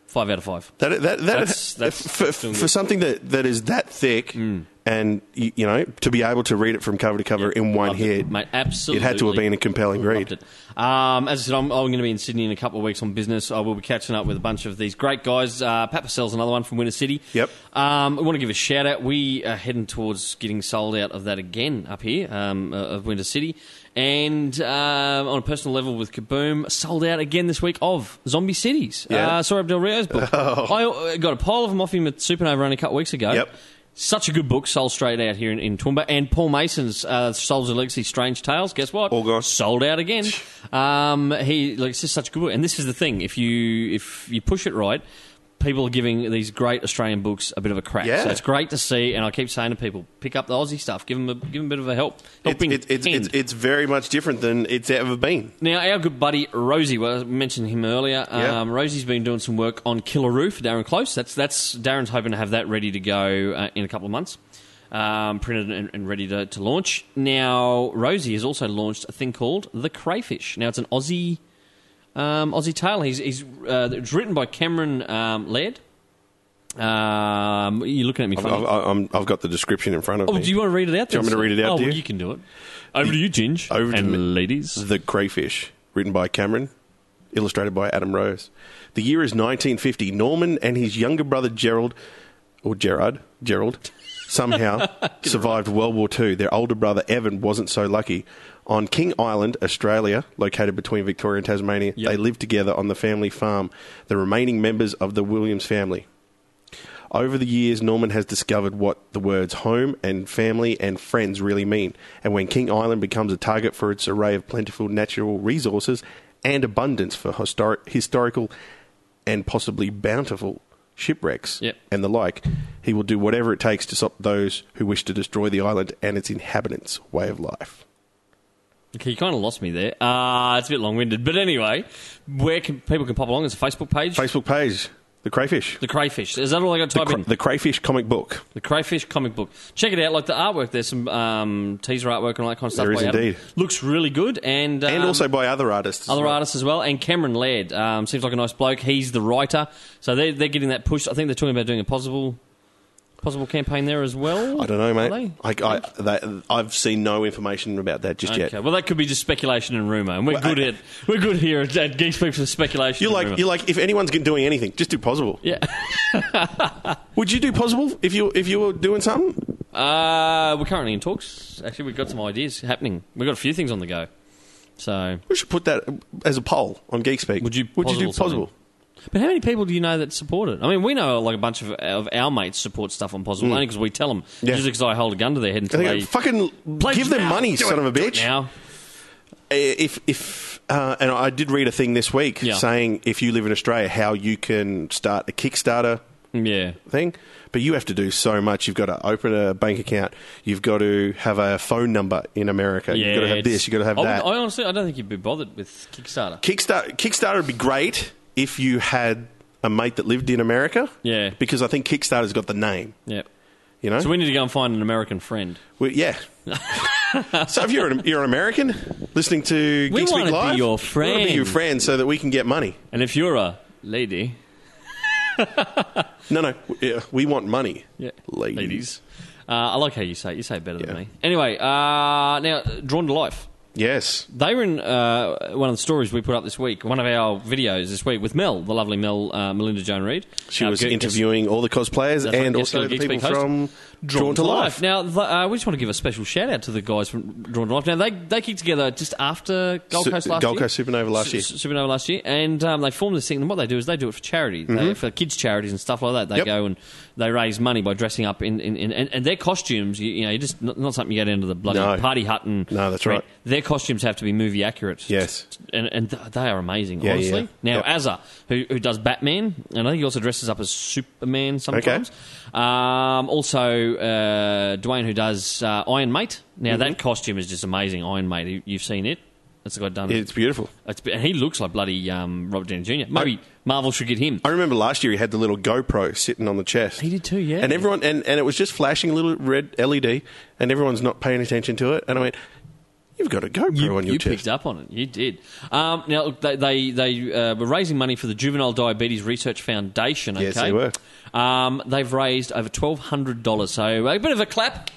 Speaker 1: five out of five.
Speaker 2: That, that, that,
Speaker 1: That's- that's-
Speaker 2: for,
Speaker 1: that's doing
Speaker 2: for
Speaker 1: good. Hmm.
Speaker 2: something that, that is that thick, and you, you know, to be able to read it from cover to cover in one
Speaker 1: Loved
Speaker 2: hit,
Speaker 1: it, mate.
Speaker 2: it
Speaker 1: Absolutely,
Speaker 2: had to have been a compelling read.
Speaker 1: Loved it. Um, as I said, I'm, I'm going to be in Sydney in a couple of weeks on business. I will be catching up with a bunch of these great guys. Uh, Pat Purcell's another one from Winter City.
Speaker 2: Yep.
Speaker 1: Um, I want to give a shout out. We are heading towards getting sold out of that again up here um, uh, of Winter City. And uh, on a personal level with Kaboom, sold out again this week of Zombie Cities.
Speaker 2: Yeah. Oh.
Speaker 1: Uh, Sorab Del Rio's
Speaker 2: <laughs>
Speaker 1: book. I uh, got a pile of them off him at Supernova only a couple of weeks ago.
Speaker 2: Yep.
Speaker 1: Such a good book, sold straight out here in, in Toowoomba. And Paul Mason's uh, Souls of Legacy, Strange Tales. Guess what?
Speaker 2: All gone.
Speaker 1: sold out again. Um, he like it's just such a good book, and this is the thing: if you if you push it right, people are giving these great Australian books a bit of a crack.
Speaker 2: Yeah.
Speaker 1: So it's great to see, and I keep saying to people, pick up the Aussie stuff, give them a, give 'em a bit of a help,
Speaker 2: It's,
Speaker 1: helping
Speaker 2: it's, it's,
Speaker 1: hand.
Speaker 2: it's, it's very much different than it's ever been.
Speaker 1: Now, our good buddy Rosie, well, I mentioned him earlier.
Speaker 2: Yeah.
Speaker 1: Um, Rosie's been doing some work on Killaroo for Darren Close. That's that's Darren's hoping to have that ready to go uh, in a couple of months, um, printed and, and ready to, to launch. Now, Rosie has also launched a thing called the Crayfish. Now, it's an Aussie um, Aussie tale. He's, he's uh, it's written by Cameron um, Laird. Um, you're looking at me
Speaker 2: I've,
Speaker 1: funny.
Speaker 2: I've, I'm, I've got the description in front of
Speaker 1: oh,
Speaker 2: me.
Speaker 1: do you want to read it out?
Speaker 2: Do you want me to
Speaker 1: then,
Speaker 2: read it
Speaker 1: sir?
Speaker 2: out
Speaker 1: Oh,
Speaker 2: to
Speaker 1: well,
Speaker 2: you?
Speaker 1: you can do it. Over to you, Ginge,
Speaker 2: Over to
Speaker 1: and
Speaker 2: me.
Speaker 1: ladies.
Speaker 2: The Crayfish, written by Cameron, illustrated by Adam Rose. The year is 1950. Norman and his younger brother Gerald, or Gerard, Gerald,
Speaker 1: <laughs>
Speaker 2: somehow <laughs> survived World War II. Their older brother Evan wasn't so lucky. On King Island, Australia, located between Victoria and Tasmania,
Speaker 1: Yep.
Speaker 2: they lived together on the family farm, the remaining members of the Williams family. Over the years, Norman has discovered what the words home and family and friends really mean. And when King Island becomes a target for its array of plentiful natural resources and abundance for historic, historical and possibly bountiful shipwrecks
Speaker 1: Yep.
Speaker 2: and the like, he will do whatever it takes to stop those who wish to destroy the island and its inhabitants' way of life.
Speaker 1: Okay, you kind of lost me there. Uh, it's a bit long winded. But anyway, where can, people can pop along? It's a Facebook page.
Speaker 2: Facebook page. The crayfish.
Speaker 1: The crayfish. Is that all I got to type
Speaker 2: Cra-
Speaker 1: in?
Speaker 2: the crayfish comic book.
Speaker 1: The crayfish comic book. Check it out. Like the artwork, there's some um, teaser artwork and all that kind of stuff.
Speaker 2: There is
Speaker 1: by Adam.
Speaker 2: indeed.
Speaker 1: Looks really good, and um,
Speaker 2: And also by other artists. as
Speaker 1: other
Speaker 2: well.
Speaker 1: artists as well. And Cameron Laird um, seems like a nice bloke. He's the writer, so they're, they're getting that push. I think they're talking about doing a possible possible campaign there as well.
Speaker 2: I don't know,
Speaker 1: Are
Speaker 2: mate. Like I, that, I've seen no information about that just
Speaker 1: Okay,
Speaker 2: yet.
Speaker 1: well, that could be just speculation and rumor, and we're good at we're good here at, at Geek Speak for speculation.
Speaker 2: You're
Speaker 1: and
Speaker 2: like,
Speaker 1: rumour.
Speaker 2: you're like, if anyone's doing anything, just do possible.
Speaker 1: yeah.
Speaker 2: Would you do possible if you if you were doing something?
Speaker 1: Uh, we're currently in talks. Actually, we've got some ideas happening. We've got a few things on the go. So,
Speaker 2: We should put that as a poll on GeekSpeak.
Speaker 1: Would you
Speaker 2: Would you do
Speaker 1: Possible
Speaker 2: possible?
Speaker 1: but how many people do you know that support it? I mean, we know like a bunch of, of our mates support stuff on Possible only because we tell them.
Speaker 2: Hmm. Yeah.
Speaker 1: Just because I hold a gun to their head
Speaker 2: I
Speaker 1: until
Speaker 2: think
Speaker 1: they
Speaker 2: I'd fucking
Speaker 1: Pledge
Speaker 2: give them
Speaker 1: now.
Speaker 2: money,
Speaker 1: Do
Speaker 2: son
Speaker 1: it.
Speaker 2: of a
Speaker 1: Do it
Speaker 2: bitch.
Speaker 1: now.
Speaker 2: if if uh, and I did read a thing this week
Speaker 1: Yeah.
Speaker 2: saying if you live in Australia, how you can start a Kickstarter
Speaker 1: Mm, Yeah.
Speaker 2: thing, but you have to do so much. You've got to open a bank account. You've got to have a phone number in America.
Speaker 1: yeah
Speaker 2: you've got to have
Speaker 1: it's-
Speaker 2: this. You've got to have
Speaker 1: I
Speaker 2: that.
Speaker 1: wouldn't- I honestly, I don't think you'd be bothered with Kickstarter.
Speaker 2: Kickstarter Kickstarter would be great if you had a mate that lived in America.
Speaker 1: Yeah.
Speaker 2: because I think Kickstarter's got the name.
Speaker 1: Yeah.
Speaker 2: You know,
Speaker 1: So we need to go and find an American friend. <laughs>
Speaker 2: We- yeah. so if you're an, you're an American listening to
Speaker 1: We
Speaker 2: Geek Speak
Speaker 1: wanna be
Speaker 2: Live,
Speaker 1: your
Speaker 2: we want to
Speaker 1: friend.
Speaker 2: be your friend, so that we can get money.
Speaker 1: And if you're a lady,
Speaker 2: No, no, we- yeah, we want money.
Speaker 1: yeah,
Speaker 2: Ladies.
Speaker 1: Uh, I like how you say it. You say it better than
Speaker 2: Yeah.
Speaker 1: me. Anyway, uh, now Drawn to Life.
Speaker 2: Yes,
Speaker 1: They were in uh, one of the stories we put up this week, one of our videos this week with Mel, the lovely Mel, uh, Melinda Joan Reed.
Speaker 2: she
Speaker 1: Our
Speaker 2: was
Speaker 1: ge-
Speaker 2: interviewing all the cosplayers
Speaker 1: That's right,
Speaker 2: and
Speaker 1: yes,
Speaker 2: also
Speaker 1: the
Speaker 2: the
Speaker 1: Geek
Speaker 2: people
Speaker 1: Speak host.
Speaker 2: from Drawn, to Life.
Speaker 1: Now, th- uh, we just want to give a special shout out to the guys from Drawn to Life. Now, they, they kicked together just after Gold
Speaker 2: Su-
Speaker 1: Coast last
Speaker 2: Gold
Speaker 1: year.
Speaker 2: Coast Supernova last year.
Speaker 1: S- Supernova last year, and um, they formed this thing. And what they do is they do it for charity, they, for kids' charities and stuff like that. They
Speaker 2: Mm-hmm. Yep.
Speaker 1: go and they raise money by dressing up in, in, in and, and their costumes. You, you know, you just not, not something you get into the bloody
Speaker 2: No.
Speaker 1: party hut and
Speaker 2: No, that's right.
Speaker 1: Their costumes have to be movie accurate.
Speaker 2: Yes.
Speaker 1: and, and th- they are amazing.
Speaker 2: Yeah,
Speaker 1: honestly,
Speaker 2: yeah.
Speaker 1: now
Speaker 2: Yep.
Speaker 1: Azza, who, who does Batman, and I think he also dresses up as Superman sometimes. Um, also, uh, Dwayne, who does uh, Iron Mate. Now
Speaker 2: Mm-hmm.
Speaker 1: that costume is just amazing. Iron Mate, you, you've seen it. That's the guy done.
Speaker 2: It's beautiful.
Speaker 1: It's, and he looks like bloody um, Robert Downey Jr. Maybe Marvel should get him.
Speaker 2: I remember last year he had the little GoPro sitting on the chest.
Speaker 1: He did too, yeah.
Speaker 2: And everyone and, and it was just flashing a little red LED and everyone's not paying attention to it. And I went, You've got a GoPro
Speaker 1: You,
Speaker 2: on your
Speaker 1: you
Speaker 2: chest.
Speaker 1: picked up on it. You did. Um, now, look, they, they, they uh, were raising money for the Juvenile Diabetes Research Foundation. Okay?
Speaker 2: Yes, they were.
Speaker 1: Um, they've raised over $1,200. So a bit of a clap.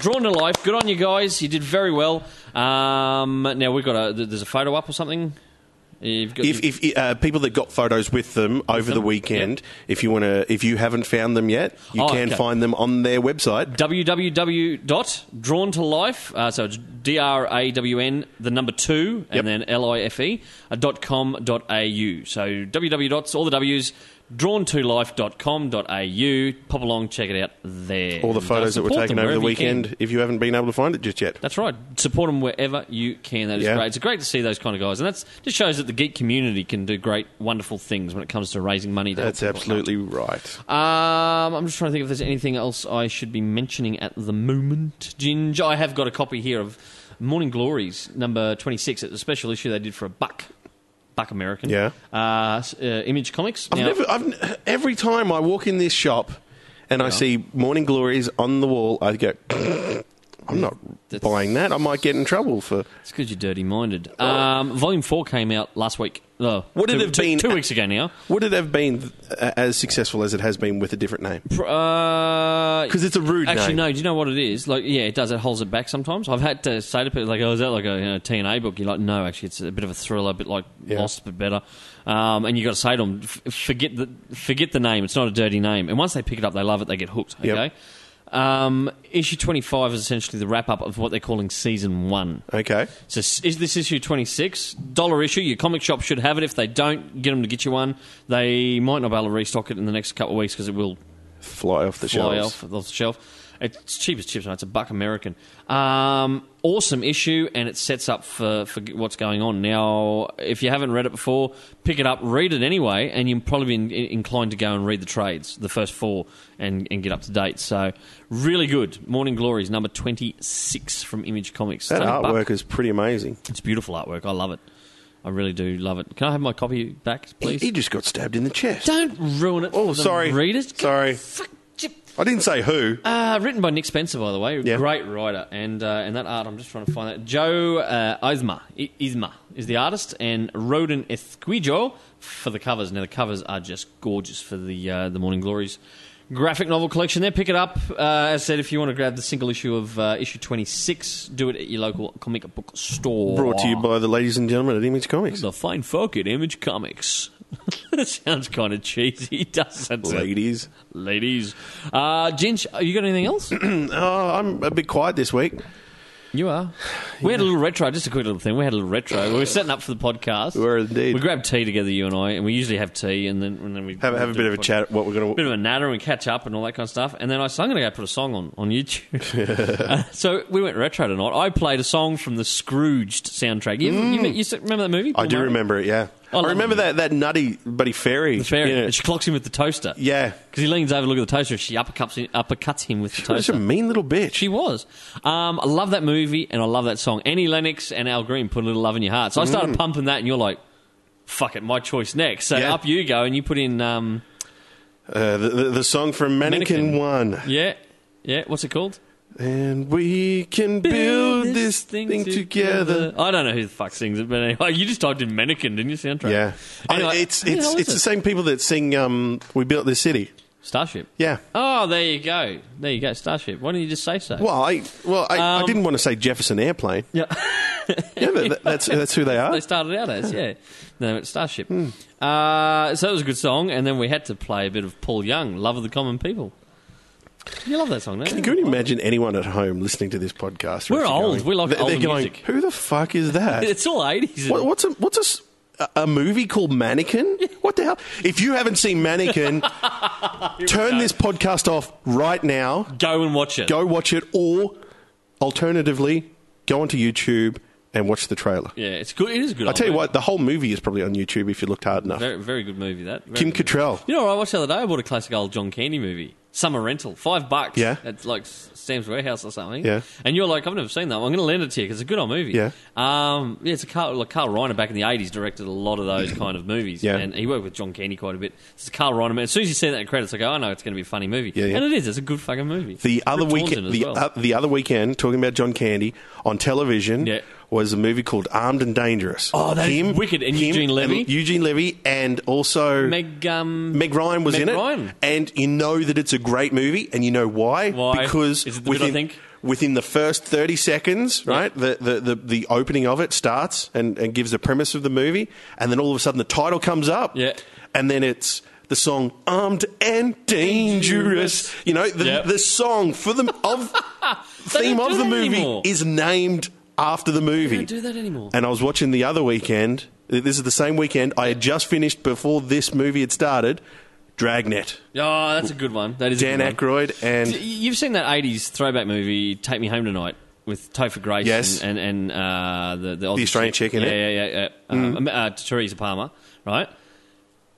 Speaker 1: Drawn to life. Good on you guys. You did very well. Um, now, we've got a, th- there's a photo up or something. You've got,
Speaker 2: If, if uh, people that got photos with them over the
Speaker 1: them,
Speaker 2: weekend, if you want to, if you haven't found them yet, you
Speaker 1: Oh,
Speaker 2: can
Speaker 1: okay.
Speaker 2: find them on their website.
Speaker 1: www.drawntolife, uh, so it's D R A W N, the number two, and
Speaker 2: Yep.
Speaker 1: then L I F E, uh, dot com dot au. So www, dots, all the W's, drawntolife.com.au. Pop along, check it out there.
Speaker 2: All the photos that were
Speaker 1: Support
Speaker 2: taken
Speaker 1: them
Speaker 2: over the
Speaker 1: wherever you can.
Speaker 2: weekend. If you haven't been able to find it just yet,
Speaker 1: That's right. Support them wherever you can. That is
Speaker 2: Yeah.
Speaker 1: great. It's great to see those kind of guys, and that's just shows that the geek community can do great, wonderful things when it comes to raising money. To help
Speaker 2: that's
Speaker 1: people.
Speaker 2: absolutely right.
Speaker 1: Um, I'm just trying to think if there's anything else I should be mentioning at the moment, Ginge. I have got a copy here of Morning Glories number 26. It's a special issue they did for a buck, buck American.
Speaker 2: Yeah.
Speaker 1: Uh, s- uh, Image Comics.
Speaker 2: I've
Speaker 1: Now-
Speaker 2: never. I've, n- every time I walk in this shop and I see Morning Glories on the wall, I go, <clears throat> I'm not
Speaker 1: That's-
Speaker 2: buying that. I might get in trouble for.
Speaker 1: It's because you're dirty minded. Um, volume four came out last week. Oh,
Speaker 2: Would it
Speaker 1: two-
Speaker 2: have
Speaker 1: two-
Speaker 2: been-
Speaker 1: two weeks ago now?
Speaker 2: Would it have been uh, as successful as it has been with a different name?
Speaker 1: Because uh,
Speaker 2: Because it's a rude
Speaker 1: Actually,
Speaker 2: name.
Speaker 1: no. Do you know what it is? Like, yeah, it does. It holds it back sometimes. I've had to say to people, like, "Oh, is that like a you know, TNA book?" You're like, "No, actually, it's a bit of a thriller, a bit like
Speaker 2: Yeah.
Speaker 1: Lost, but better." Um, and you got to say to them, f- "Forget the forget the name. It's not a dirty name." And once they pick it up, they love it. They get hooked.
Speaker 2: Yep.
Speaker 1: Okay. Um, issue 25 is essentially the wrap up of what they're calling season one.
Speaker 2: Okay.
Speaker 1: So s- is this issue 26? Dollar issue. Your comic shop should have it. If they don't, get them to get you one. They might not be able to restock it in the next couple of weeks because it will
Speaker 2: Fly off the
Speaker 1: fly
Speaker 2: shelves.
Speaker 1: off off the shelf. It's cheap as chips, mate. It's a buck American. Um, awesome issue, and it sets up for, for what's going on. Now, if you haven't read it before, pick it up, read it anyway, and you'll probably be in, inclined to go and read the trades, the first four, and, and get up to date. So, really good. Morning Glories, number 26 from Image Comics.
Speaker 2: That
Speaker 1: It's only a buck.
Speaker 2: artwork is pretty amazing.
Speaker 1: It's beautiful artwork. I love it. I really do love it. Can I have my copy back,
Speaker 2: He,
Speaker 1: please?
Speaker 2: he just got stabbed in the chest.
Speaker 1: Don't ruin it.
Speaker 2: Oh,
Speaker 1: for the
Speaker 2: sorry.
Speaker 1: Readers.
Speaker 2: Sorry.
Speaker 1: Fuck you.
Speaker 2: I didn't say who.
Speaker 1: Uh, written by Nick Spencer, by the way,
Speaker 2: Yeah.
Speaker 1: great writer, and uh, and that art I'm just trying to find that. Joe uh, Isma I- Isma is the artist, and Rodan Esquijo for the covers. Now the covers are just gorgeous for the uh, the Morning Glories graphic novel collection. There, pick it up. Uh, as I said, if you want to grab the single issue of uh, issue 26, do it at your local comic book store.
Speaker 2: Brought to you by the ladies and gentlemen at Image Comics.
Speaker 1: Oh. the fine folk at Image Comics. <laughs> that sounds kind of cheesy, <laughs> doesn't it?
Speaker 2: Ladies. <clears throat>
Speaker 1: ladies. Uh, Ginge, you got anything else?
Speaker 2: Oh, I'm a bit quiet this week.
Speaker 1: you are. We had a little retro, just a quick little thing. We had a little retro. We were setting up for the podcast.
Speaker 2: We were indeed.
Speaker 1: We grabbed tea together, you and I, and we usually have tea, and then and then we
Speaker 2: Have, have a bit of a chat at what we're going
Speaker 1: bit
Speaker 2: to.
Speaker 1: of a natter and catch up and all that kind of stuff. And then I said, I'm going to go put a song on, on YouTube. <laughs> Uh,
Speaker 2: <laughs>
Speaker 1: so we went retro tonight. I played a song from the Scrooged soundtrack. You, you, you s- remember that movie?
Speaker 2: Mm. I
Speaker 1: Paul
Speaker 2: do
Speaker 1: Murray?
Speaker 2: remember it, yeah.
Speaker 1: I love
Speaker 2: I remember
Speaker 1: it.
Speaker 2: that, that nutty buddy fairy.
Speaker 1: The fairy.
Speaker 2: in it.
Speaker 1: And she clocks him with the toaster.
Speaker 2: Yeah.
Speaker 1: Because he leans over to look at the toaster and she uppercuts him, uppercuts him with the
Speaker 2: Such
Speaker 1: toaster.
Speaker 2: a mean little bitch.
Speaker 1: She was. Um, I love that movie and I love that song. Annie Lennox and Al Green put a little love in your heart. So I started pumping that, and you're like, "Fuck it, my choice next." So
Speaker 2: Mm. Yeah.
Speaker 1: up you go, and you put in, um,
Speaker 2: Uh, the, the, the song from Mannequin,
Speaker 1: Mannequin.
Speaker 2: 1.
Speaker 1: yeah, yeah. What's it called?
Speaker 2: And we can build this thing, together.
Speaker 1: I don't know who the fuck sings it, but anyway, <laughs> you just typed in mannequin, didn't you? Soundtrack.
Speaker 2: Yeah.
Speaker 1: Anyway,
Speaker 2: I, it's
Speaker 1: who the
Speaker 2: it's,
Speaker 1: hell is
Speaker 2: it's the
Speaker 1: it?
Speaker 2: same people that sing um, We Built This City.
Speaker 1: Starship.
Speaker 2: Yeah.
Speaker 1: Oh, there you go. There you go. Starship. Why don't you just say so?
Speaker 2: Well, I well I, I
Speaker 1: Um,
Speaker 2: didn't want to say Jefferson Airplane.
Speaker 1: Yeah. <laughs>
Speaker 2: Yeah, but that, that's that's who they
Speaker 1: they <laughs>
Speaker 2: are.
Speaker 1: started out as,
Speaker 2: <laughs>
Speaker 1: yeah. No, it's Starship.
Speaker 2: Hmm.
Speaker 1: Uh, so it was a good song, and then we had to play a bit of Paul Young, Love of the Common People. You love that song, don't you?
Speaker 2: Can you imagine anyone at home listening to this podcast?
Speaker 1: We're
Speaker 2: actually
Speaker 1: old. We like
Speaker 2: they're, they're
Speaker 1: older
Speaker 2: going,
Speaker 1: music.
Speaker 2: Who the fuck is that?
Speaker 1: It's all 80s.
Speaker 2: what, what's a what's a s- a, a movie called
Speaker 1: <laughs>
Speaker 2: Mannequin? What the hell? If you haven't seen Mannequin, turn this podcast off right now.
Speaker 1: Go and watch it.
Speaker 2: go watch it, or alternatively, go onto YouTube and watch the trailer.
Speaker 1: Yeah, it's good. It is a good.
Speaker 2: I tell you what, the whole movie is probably on YouTube if you looked hard enough.
Speaker 1: Very, very good movie, that. Very
Speaker 2: Kim
Speaker 1: good.
Speaker 2: Cattrall.
Speaker 1: You know what I watched the other day? I bought a classic old John Candy movie. Summer Rental. Five bucks.
Speaker 2: Yeah.
Speaker 1: At like S- Sam's Warehouse or something.
Speaker 2: Yeah.
Speaker 1: And you're like, I've never seen that one. I'm going to lend it to you because it's a good old movie.
Speaker 2: Yeah.
Speaker 1: Um, yeah, it's a Carl, like Carl Reiner back in the 80s directed a lot of
Speaker 2: <laughs>
Speaker 1: those kind of movies.
Speaker 2: Yeah.
Speaker 1: And he worked with John Candy quite a bit. It's Carl Reiner. As soon as you see that in credits, I go, oh no, it's going to be a funny movie.
Speaker 2: Yeah, yeah.
Speaker 1: And it is. It's a good fucking movie.
Speaker 2: The
Speaker 1: Rick
Speaker 2: other
Speaker 1: Torn's in
Speaker 2: weekend,
Speaker 1: it as
Speaker 2: the,
Speaker 1: well.
Speaker 2: uh, the other weekend, talking about John Candy on television,
Speaker 1: Yeah.
Speaker 2: was a movie called Armed and Dangerous.
Speaker 1: Oh, that is wicked. And Eugene Levy?
Speaker 2: Eugene Levy, and also
Speaker 1: Meg, um,
Speaker 2: Meg Ryan was
Speaker 1: Meg
Speaker 2: in it,
Speaker 1: Ryan.
Speaker 2: and you know that it's a great movie, and you know why?
Speaker 1: Why?
Speaker 2: Because
Speaker 1: Is it the bit I
Speaker 2: within,
Speaker 1: think?
Speaker 2: within the first thirty seconds, right, the, the, the, the opening of it starts and, and gives the premise of the movie, and then all of a sudden the title comes up,
Speaker 1: Yeah.
Speaker 2: and then it's the song "Armed and Dangerous." You know, the,
Speaker 1: Yep.
Speaker 2: the song for the
Speaker 1: <laughs>
Speaker 2: of theme
Speaker 1: don't
Speaker 2: of
Speaker 1: do
Speaker 2: the
Speaker 1: that
Speaker 2: movie
Speaker 1: anymore.
Speaker 2: is named after the movie.
Speaker 1: don't do that anymore.
Speaker 2: And I was watching the other weekend. This is the same weekend I had just finished before this movie had started. Dragnet.
Speaker 1: oh, that's a good one. That is
Speaker 2: Dan
Speaker 1: a good one.
Speaker 2: Aykroyd
Speaker 1: Y-
Speaker 2: and
Speaker 1: You've seen that '80s throwback movie, "Take Me Home Tonight," with Topher Grace,
Speaker 2: Yes.
Speaker 1: and and, and uh, the the, Aussie
Speaker 2: Australian chick in
Speaker 1: yeah,
Speaker 2: it. Mm-hmm.
Speaker 1: yeah, yeah, yeah. Um, uh, Teresa Palmer, right?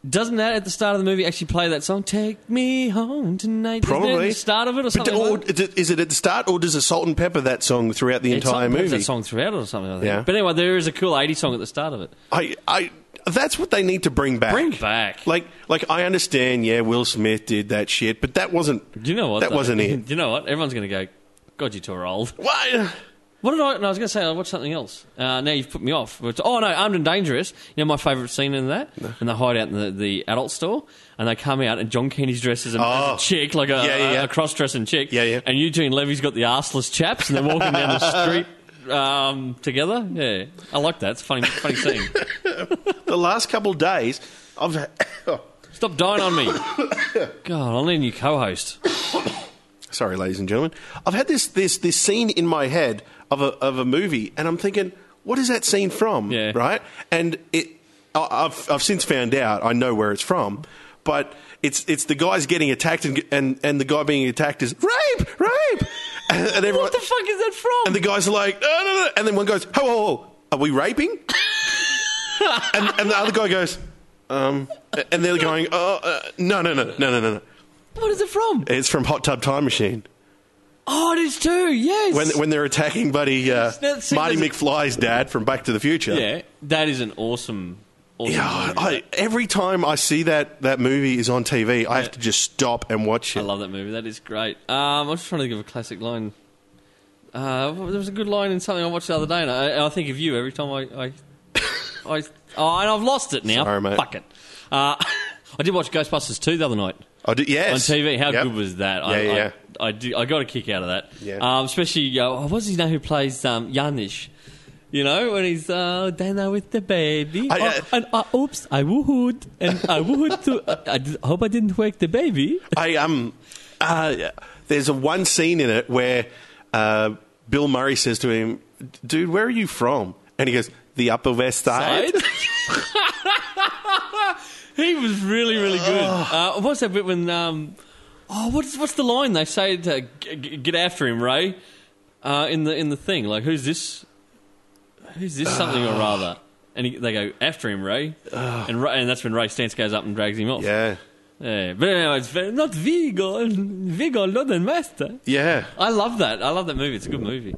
Speaker 1: Doesn't that at the start of the movie actually play that song? Take me home tonight. Isn't that at
Speaker 2: probably
Speaker 1: the start of it or
Speaker 2: But
Speaker 1: something.
Speaker 2: do- or
Speaker 1: like that?
Speaker 2: is it- is it at the start, or does a salt and pepper that song throughout the
Speaker 1: It's
Speaker 2: entire
Speaker 1: something- perhaps
Speaker 2: movie?
Speaker 1: That song throughout it or something. I think.
Speaker 2: Yeah.
Speaker 1: But anyway, there is a cool '80s song at the start of it.
Speaker 2: I, I, that's what they need to bring back.
Speaker 1: Bring back.
Speaker 2: Like, like I understand. Yeah, Will Smith did that shit, but that wasn't.
Speaker 1: Do you know what?
Speaker 2: That
Speaker 1: though?
Speaker 2: wasn't it.
Speaker 1: <laughs> Do you know what? Everyone's going to go. God, you two are old.
Speaker 2: Why?
Speaker 1: What did I? No, I was going to say I watched something else. Uh, now you've put me off. Which- oh no, Armed and Dangerous. You know my favourite scene in that, and they hide out in the, the adult store, and they come out, and John Kenny's dressed as a,
Speaker 2: Oh.
Speaker 1: as a chick, like a,
Speaker 2: Yeah, yeah,
Speaker 1: a-
Speaker 2: yeah.
Speaker 1: a cross-dressing chick.
Speaker 2: Yeah, yeah.
Speaker 1: And Eugene Levy's got the arseless chaps, and they're walking down
Speaker 2: <laughs>
Speaker 1: the street um, together. Yeah, I like that. It's a funny, funny scene.
Speaker 2: The last couple of days, I've. had-
Speaker 1: Stop dying on me. God, I'll need a new co-host.
Speaker 2: sorry, ladies and gentlemen, I've had this this this scene in my head of a of a movie, and I'm thinking, what is that scene from?
Speaker 1: Yeah.
Speaker 2: Right, and it, I- I've I've since found out I know where it's from, but it's it's the guys getting attacked and and, and the guy being attacked is rape, rape, <laughs> and, and everyone
Speaker 1: What the fuck is that from?
Speaker 2: and the guys are like, no, no, no, and then one goes, ho, ho, ho, are
Speaker 1: <laughs>
Speaker 2: we raping? and, and the other guy goes, um, and they're going, oh, uh, no, no, no, no, no, no, no,
Speaker 1: what is it from?
Speaker 2: it's from Hot Tub Time Machine.
Speaker 1: Oh, it is too. Yes.
Speaker 2: When, when they're attacking Buddy uh,
Speaker 1: That's- see,
Speaker 2: Marty
Speaker 1: there's-
Speaker 2: McFly's dad from Back to the Future.
Speaker 1: yeah, that is an awesome. awesome
Speaker 2: Yeah,
Speaker 1: movie.
Speaker 2: I, every time I see that that movie is on TV, I have to just stop and watch
Speaker 1: I
Speaker 2: it.
Speaker 1: love that movie. That is great. Um, I'm just trying to think of a classic line. Uh, there was a good line in something I watched the other day, and I, and I think of you every time
Speaker 2: <laughs>
Speaker 1: I. I, I oh, and I've lost it now.
Speaker 2: Sorry, mate.
Speaker 1: Fuck it. Uh, <laughs> I did watch Ghostbusters 2 the other night
Speaker 2: I do,
Speaker 1: on
Speaker 2: yes.
Speaker 1: TV. How
Speaker 2: Yep.
Speaker 1: good was that? I,
Speaker 2: Yeah, yeah,
Speaker 1: I,
Speaker 2: yeah.
Speaker 1: I, do, I got a kick out of that.
Speaker 2: Yeah.
Speaker 1: Um, especially, uh, what's his name who plays um, Janish? You know, when he's uh, down there with the baby.
Speaker 2: I-
Speaker 1: Oh,
Speaker 2: I-
Speaker 1: and uh, oops, I woohooed. And I woohooed too. I, I d- hope I didn't wake the baby.
Speaker 2: I um, uh, there's a one scene in it where uh, Bill Murray says to him, "Dude, where are you from?" And he goes, "The Upper West Side."
Speaker 1: <laughs> he was really, really good.
Speaker 2: Oh.
Speaker 1: Uh, what's that bit when? Um, oh, what's what's the line they say to g- g- get after him, Ray? Uh, in the in the thing, like who's this? Who's this something or
Speaker 2: Ah.
Speaker 1: rather? And he, they go after him, Ray, and Ray, and that's when Ray Stance goes up and drags him off.
Speaker 2: Yeah,
Speaker 1: Yeah, but anyway, it's very, not Vigo, Vigo Lord and Master.
Speaker 2: yeah.
Speaker 1: I love that. I love that movie. It's a good movie.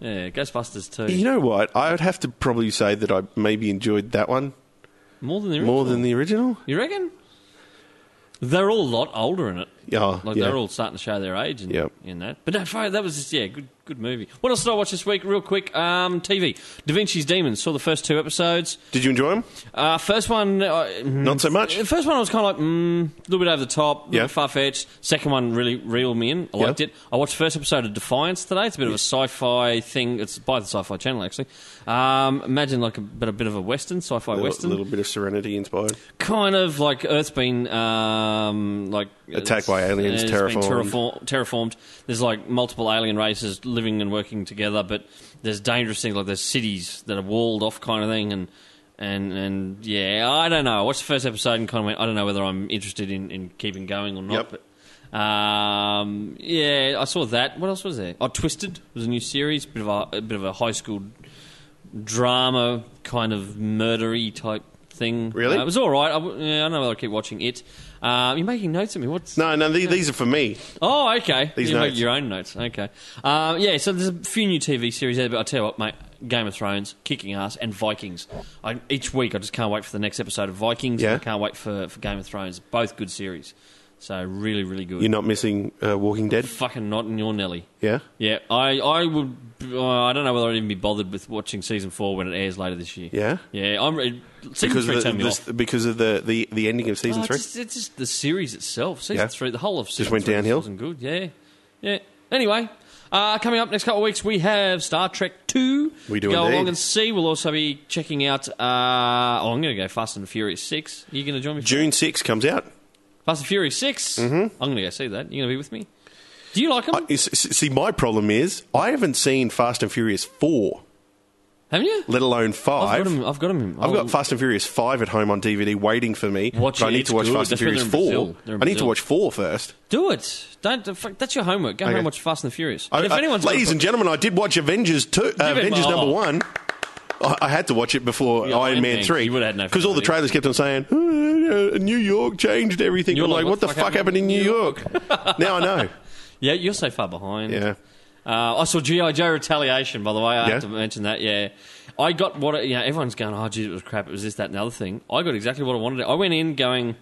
Speaker 1: Yeah, Ghostbusters too.
Speaker 2: You know what? I would have to probably say that I maybe enjoyed that one
Speaker 1: More than the original.
Speaker 2: more than the original.
Speaker 1: You reckon? They're all a lot older in it.
Speaker 2: Yeah,
Speaker 1: Like
Speaker 2: yeah.
Speaker 1: they're all starting to show their age in,
Speaker 2: Yep.
Speaker 1: in that. But no, fine, that was just yeah, good good movie. What else did I watch this week? Real quick, um, TV. Da Vinci's Demons. Saw the first two episodes.
Speaker 2: Did you enjoy them?
Speaker 1: Uh, first one, uh, mm,
Speaker 2: Not so much.
Speaker 1: The first one I was kind of like mm, a little bit over the top, a
Speaker 2: Yeah.
Speaker 1: little far fetched. Second one really reeled me in. I
Speaker 2: Yeah.
Speaker 1: liked it. I watched the first episode of Defiance today. It's a bit of a sci-fi thing. It's by the Sci-Fi Channel actually. Um, imagine like a bit, a bit of a western, sci-fi
Speaker 2: A
Speaker 1: western
Speaker 2: little bit of Serenity inspired.
Speaker 1: kind of like Earth's been um, like
Speaker 2: Attacked by aliens,
Speaker 1: it's
Speaker 2: terraformed.
Speaker 1: been terraform- terraformed. There's like multiple alien races living and working together, but there's dangerous things like there's cities that are walled off, kind of thing, and and and yeah, I don't know. I watched the first episode and kind of went, I don't know whether I'm interested in, in keeping going or not,
Speaker 2: Yep.
Speaker 1: but. Um, yeah, I saw that. What else was there? Oh, Twisted was a new series, bit of a, a bit of a high school drama kind of murdery type thing.
Speaker 2: Really?
Speaker 1: Uh, it was all right. I, w- yeah, I don't know whether I keep watching it. Um, you're making notes at me. What's
Speaker 2: No, no, the- these are for me.
Speaker 1: Oh, okay.
Speaker 2: These
Speaker 1: you make
Speaker 2: notes.
Speaker 1: your own notes. Okay. Um, yeah, so there's a few new TV series there, but I tell you what, mate, Game of Thrones, kicking ass, and Vikings. I, each week, I just can't wait for the next episode of Vikings.
Speaker 2: Yeah.
Speaker 1: I can't wait for, for Game of Thrones. Both good series. So really, really good.
Speaker 2: You're not missing uh, Walking Dead.
Speaker 1: Fucking not in your Nelly.
Speaker 2: Yeah.
Speaker 1: Yeah, I, I would. Uh, I don't know whether I'd even be bothered with watching season four when it airs later this year.
Speaker 2: Yeah?
Speaker 1: yeah. I'm re- season
Speaker 2: Because
Speaker 1: three
Speaker 2: of, the,
Speaker 1: turned me off.
Speaker 2: the- because of the, the, the ending of season
Speaker 1: Oh,
Speaker 2: three.
Speaker 1: it's, just, it's just the series itself. Season
Speaker 2: Yeah.
Speaker 1: three, the whole of season
Speaker 2: went
Speaker 1: three
Speaker 2: downhill.
Speaker 1: Wasn't good. Yeah, yeah. Anyway, uh, coming up next couple of weeks, we have Star Trek Two.
Speaker 2: We do
Speaker 1: to go
Speaker 2: indeed.
Speaker 1: along and see. We'll also be checking out. Uh, oh, I'm going to go Fast and Furious Six. Are you going to join me? for
Speaker 2: June 6 comes out.
Speaker 1: that? Fast and Furious 6 Mm-hmm. I'm going to go see that. You going to be with me? Do you like them?
Speaker 2: I, s- s- see, my problem is I haven't seen Fast and Furious 4,
Speaker 1: Haven't you?
Speaker 2: let alone
Speaker 1: I've got
Speaker 2: 5.
Speaker 1: them. I've got them.
Speaker 2: I've got Fast and Furious 5 at home on DVD waiting for me.
Speaker 1: Watch
Speaker 2: but
Speaker 1: it,
Speaker 2: I need
Speaker 1: it's
Speaker 2: to watch
Speaker 1: good.
Speaker 2: Fast
Speaker 1: That's
Speaker 2: and
Speaker 1: where
Speaker 2: Furious
Speaker 1: they're in
Speaker 2: 4.
Speaker 1: Brazil. They're
Speaker 2: I
Speaker 1: in
Speaker 2: need to
Speaker 1: Brazil.
Speaker 2: watch 4 first.
Speaker 1: Do it. Don't. the Fuck, that's your homework. Go home
Speaker 2: Okay.
Speaker 1: and watch Fast and the Furious.
Speaker 2: I-
Speaker 1: And if
Speaker 2: I-
Speaker 1: anyone's got a
Speaker 2: ladies
Speaker 1: pro-
Speaker 2: and gentlemen, I did watch Avengers 2, uh,
Speaker 1: it
Speaker 2: Avengers
Speaker 1: my-
Speaker 2: number 1. I, I had to watch it before
Speaker 1: Yeah,
Speaker 2: Iron
Speaker 1: Iron
Speaker 2: Man
Speaker 1: Man,
Speaker 2: 3.
Speaker 1: you would've had no
Speaker 2: Because all the
Speaker 1: fucking
Speaker 2: trailers kept on saying, "Uh, uh, New York changed everything.
Speaker 1: You're
Speaker 2: I'm like, what the fuck happened in New York?
Speaker 1: <laughs>
Speaker 2: now I know.
Speaker 1: Yeah, you're so far behind.
Speaker 2: Yeah.
Speaker 1: Uh, I saw G.I. Joe Retaliation, by the way. I
Speaker 2: Yeah?
Speaker 1: have to mention that, yeah. I got what, I, you know, everyone's going, oh, geez, it was crap, it was this, that, and the other thing. I got exactly what I wanted. I went in going,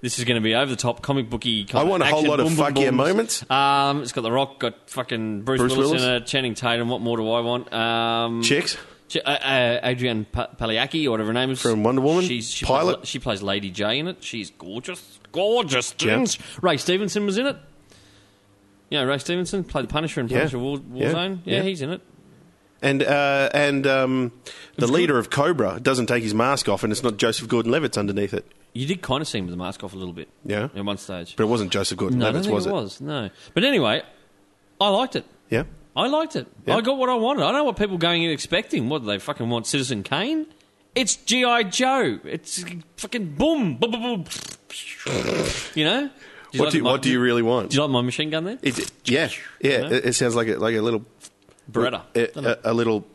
Speaker 1: this is going to be over the top, comic booky. Kind
Speaker 2: I want a
Speaker 1: of
Speaker 2: whole
Speaker 1: action,
Speaker 2: lot of
Speaker 1: boom, boom,
Speaker 2: fuck yeah
Speaker 1: booms.
Speaker 2: moments.
Speaker 1: Um, it's got The Rock, got fucking Bruce,
Speaker 2: Bruce
Speaker 1: Willis,
Speaker 2: Willis.
Speaker 1: in it, Channing Tatum. What more do I want? Um,
Speaker 2: Chicks.
Speaker 1: Ch- uh, uh, Adrienne pa- Paliacki, or whatever her name is.
Speaker 2: From Wonder Woman?
Speaker 1: She's, she,
Speaker 2: Pilot?
Speaker 1: Plays, she plays Lady J in it. She's gorgeous. Gorgeous, dudes. Ray Stevenson was in it. You know, Ray Stevenson played the Punisher in
Speaker 2: Yeah.
Speaker 1: Punisher War,
Speaker 2: Yeah.
Speaker 1: Warzone. Yeah.
Speaker 2: Yeah.
Speaker 1: he's in it.
Speaker 2: And uh, and um, the
Speaker 1: was
Speaker 2: leader of Cobra doesn't take his mask off, and it's not Joseph Gordon-Levitt's underneath it.
Speaker 1: You did kind of see him with the mask off a little bit
Speaker 2: Yeah,
Speaker 1: at one stage.
Speaker 2: but it wasn't Joseph
Speaker 1: no, I don't
Speaker 2: Gordon-Levitt's,
Speaker 1: think
Speaker 2: was
Speaker 1: it
Speaker 2: it?
Speaker 1: was. No. But anyway, I liked it.
Speaker 2: Yeah,
Speaker 1: I liked it.
Speaker 2: Yeah.
Speaker 1: I got what I wanted. I know what people going in expecting. What do they fucking want? Citizen Kane? It's GI Joe. It's fucking boom, boom, boom, boom. you know. you
Speaker 2: what
Speaker 1: like
Speaker 2: do you,
Speaker 1: my-
Speaker 2: what do you really want?
Speaker 1: Do you like my machine gun there?
Speaker 2: It, yeah, yeah.
Speaker 1: know?
Speaker 2: It, it sounds like a, like a little
Speaker 1: Beretta. Don't know.
Speaker 2: a, a, a little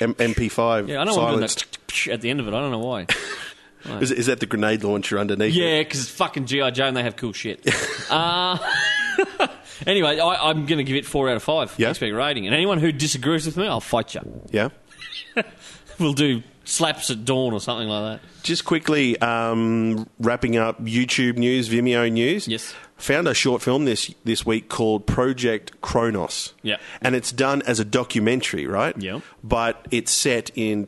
Speaker 2: M- MP5.
Speaker 1: yeah, I know what I'm doing
Speaker 2: silenced.
Speaker 1: that at the end of it. I don't know
Speaker 2: <laughs>
Speaker 1: why.
Speaker 2: Is, is that the grenade launcher underneath? it? <laughs>
Speaker 1: Yeah, because it's fucking GI Joe and they have cool shit. uh, <laughs> Anyway, I, I'm going to give it four out of five.
Speaker 2: Yeah.
Speaker 1: Expect rating. And anyone who disagrees with me, I'll fight you.
Speaker 2: Yeah.
Speaker 1: We'll do slaps at dawn or something like that.
Speaker 2: Just quickly um, wrapping up YouTube news, Vimeo news.
Speaker 1: Yes.
Speaker 2: Found a short film this this week called Project Kronos.
Speaker 1: Yeah.
Speaker 2: And it's done as a documentary, right?
Speaker 1: Yeah.
Speaker 2: But it's set in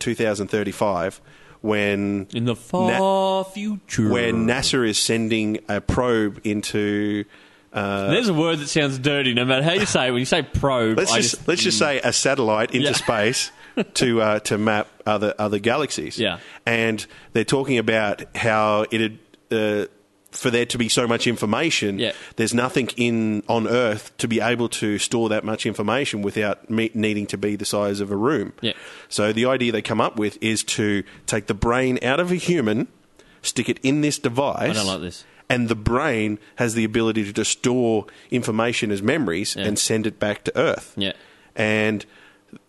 Speaker 2: 2035 when
Speaker 1: In the far future,
Speaker 2: where NASA is sending a probe into uh,
Speaker 1: there's a word that sounds dirty, no matter how you say it. When you say probe,
Speaker 2: let's
Speaker 1: I Mm.
Speaker 2: just, let's just say a satellite into
Speaker 1: Yeah. <laughs>
Speaker 2: space to uh, to map other other galaxies.
Speaker 1: Yeah.
Speaker 2: and they're talking about how it uh, for there to be so much information.
Speaker 1: Yeah.
Speaker 2: there's nothing in on Earth to be able to store that much information without me- needing to be the size of a room.
Speaker 1: Yeah.
Speaker 2: So the idea they come up with is to take the brain out of a human, stick it in this device.
Speaker 1: I don't like this.
Speaker 2: And the brain has the ability to store information as memories and send it back to Earth.
Speaker 1: Yeah.
Speaker 2: And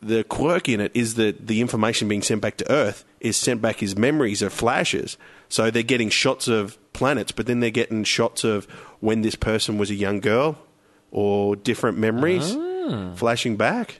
Speaker 2: the quirk in it is that the information being sent back to Earth is sent back as memories or flashes. So they're getting shots of planets, but then they're getting shots of when this person was a young girl or different memories
Speaker 1: Ah.
Speaker 2: flashing back.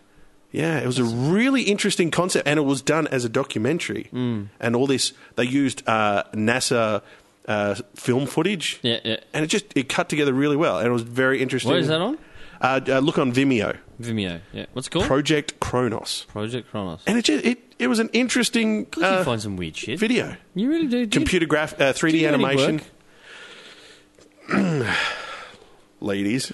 Speaker 2: Yeah, it was a really interesting concept, and it was done as a documentary.
Speaker 1: Hmm.
Speaker 2: Mm. And all this, they used uh, NASA uh, film footage.
Speaker 1: Yeah, yeah.
Speaker 2: And it just it cut together really well, and it was very interesting.
Speaker 1: Where is that on?
Speaker 2: Uh, uh, look on Vimeo.
Speaker 1: Vimeo. Yeah, what's it called?
Speaker 2: Project Kronos.
Speaker 1: Project Chronos.
Speaker 2: And it just, it, it was an interesting
Speaker 1: Could
Speaker 2: uh,
Speaker 1: you find some weird shit?
Speaker 2: video.
Speaker 1: You really do. do you-
Speaker 2: Computer graph, uh, 3D
Speaker 1: do any
Speaker 2: animation.
Speaker 1: work?
Speaker 2: <clears throat> Ladies.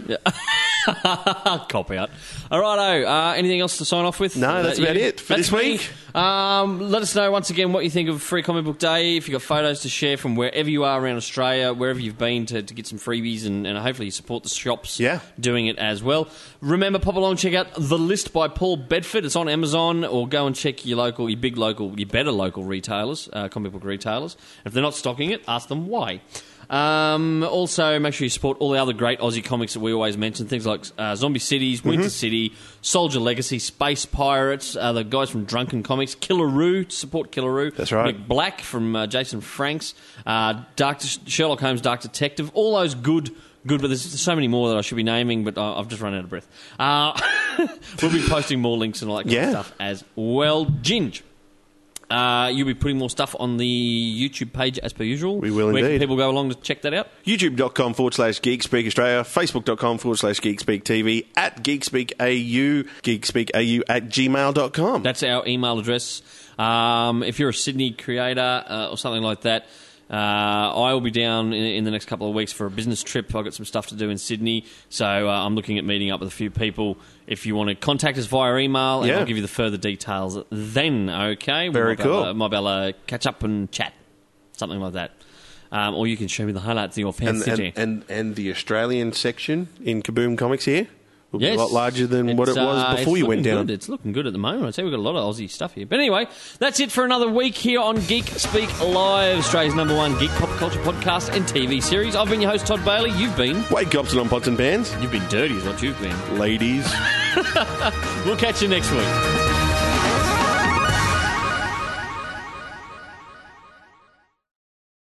Speaker 1: Cop out. All right, uh, anything else to sign off with?
Speaker 2: No, that's
Speaker 1: Uh,
Speaker 2: about
Speaker 1: you-
Speaker 2: it for
Speaker 1: That's
Speaker 2: this
Speaker 1: me.
Speaker 2: week.
Speaker 1: Um, let us know once again what you think of Free Comic Book Day. If you've got photos to share from wherever you are around Australia, wherever you've been to, to get some freebies, and, and hopefully you support the shops
Speaker 2: Yeah.
Speaker 1: doing it as well. Remember, pop along, check out The List by Paul Bedford. It's on Amazon, or go and check your local, your big local, your better local retailers, uh, comic book retailers. If they're not stocking it, ask them why. Um, also, make sure you support all the other great Aussie comics that we always mention, things like uh, Zombie Cities, Winter
Speaker 2: Mm-hmm.
Speaker 1: City, Soldier Legacy, Space Pirates, uh, the guys from Drunken Comics, Killaroo, support Killaroo.
Speaker 2: That's right.
Speaker 1: Nick Black from uh, Jason Franks, uh, Doctor Sherlock Holmes, Dark Detective, all those good, good. But there's so many more that I should be naming, but I I've just run out of breath. Uh, <laughs> we'll be posting more links and all that kind
Speaker 2: Yeah.
Speaker 1: of stuff as well. Ginge. Uh, you'll be putting more stuff on the YouTube page as per usual.
Speaker 2: We will
Speaker 1: Where can
Speaker 2: indeed.
Speaker 1: people go along to check that out?
Speaker 2: YouTube.com forward slash Geekspeak Australia, Facebook.com forward slash Geekspeak TV, at Geekspeak AU, Geekspeak AU at gmail.com.
Speaker 1: That's our email address. Um, if you're a Sydney creator uh, or something like that, uh, I will be down in, in the next couple of weeks for a business trip. I've got some stuff to do in Sydney, so uh, I'm looking at meeting up with a few people. If you want to contact us via email, and
Speaker 2: Yeah.
Speaker 1: I'll give you the further details then. Okay,
Speaker 2: Very
Speaker 1: we might be able
Speaker 2: cool.
Speaker 1: to- might be able to catch up and chat, something like that. Um, or you can show me the highlights of your
Speaker 2: and,
Speaker 1: fancy.
Speaker 2: and, and, and the Australian section in Kaboom Comics here will
Speaker 1: Yes.
Speaker 2: be a lot larger than what it
Speaker 1: It's,
Speaker 2: was
Speaker 1: uh,
Speaker 2: before
Speaker 1: it's
Speaker 2: you went
Speaker 1: looking
Speaker 2: down.
Speaker 1: Good. It's looking good at the moment. I'd say we've got a lot of Aussie stuff here. But anyway, that's it for another week here on Geek Speak Live, Australia's number one geek pop culture podcast and TV series. I've been your host, Todd Bailey. You've been.
Speaker 2: Wade Gobson on Pots and Pans.
Speaker 1: You've been dirty, is what you've been.
Speaker 2: Ladies.
Speaker 1: We'll catch you next week.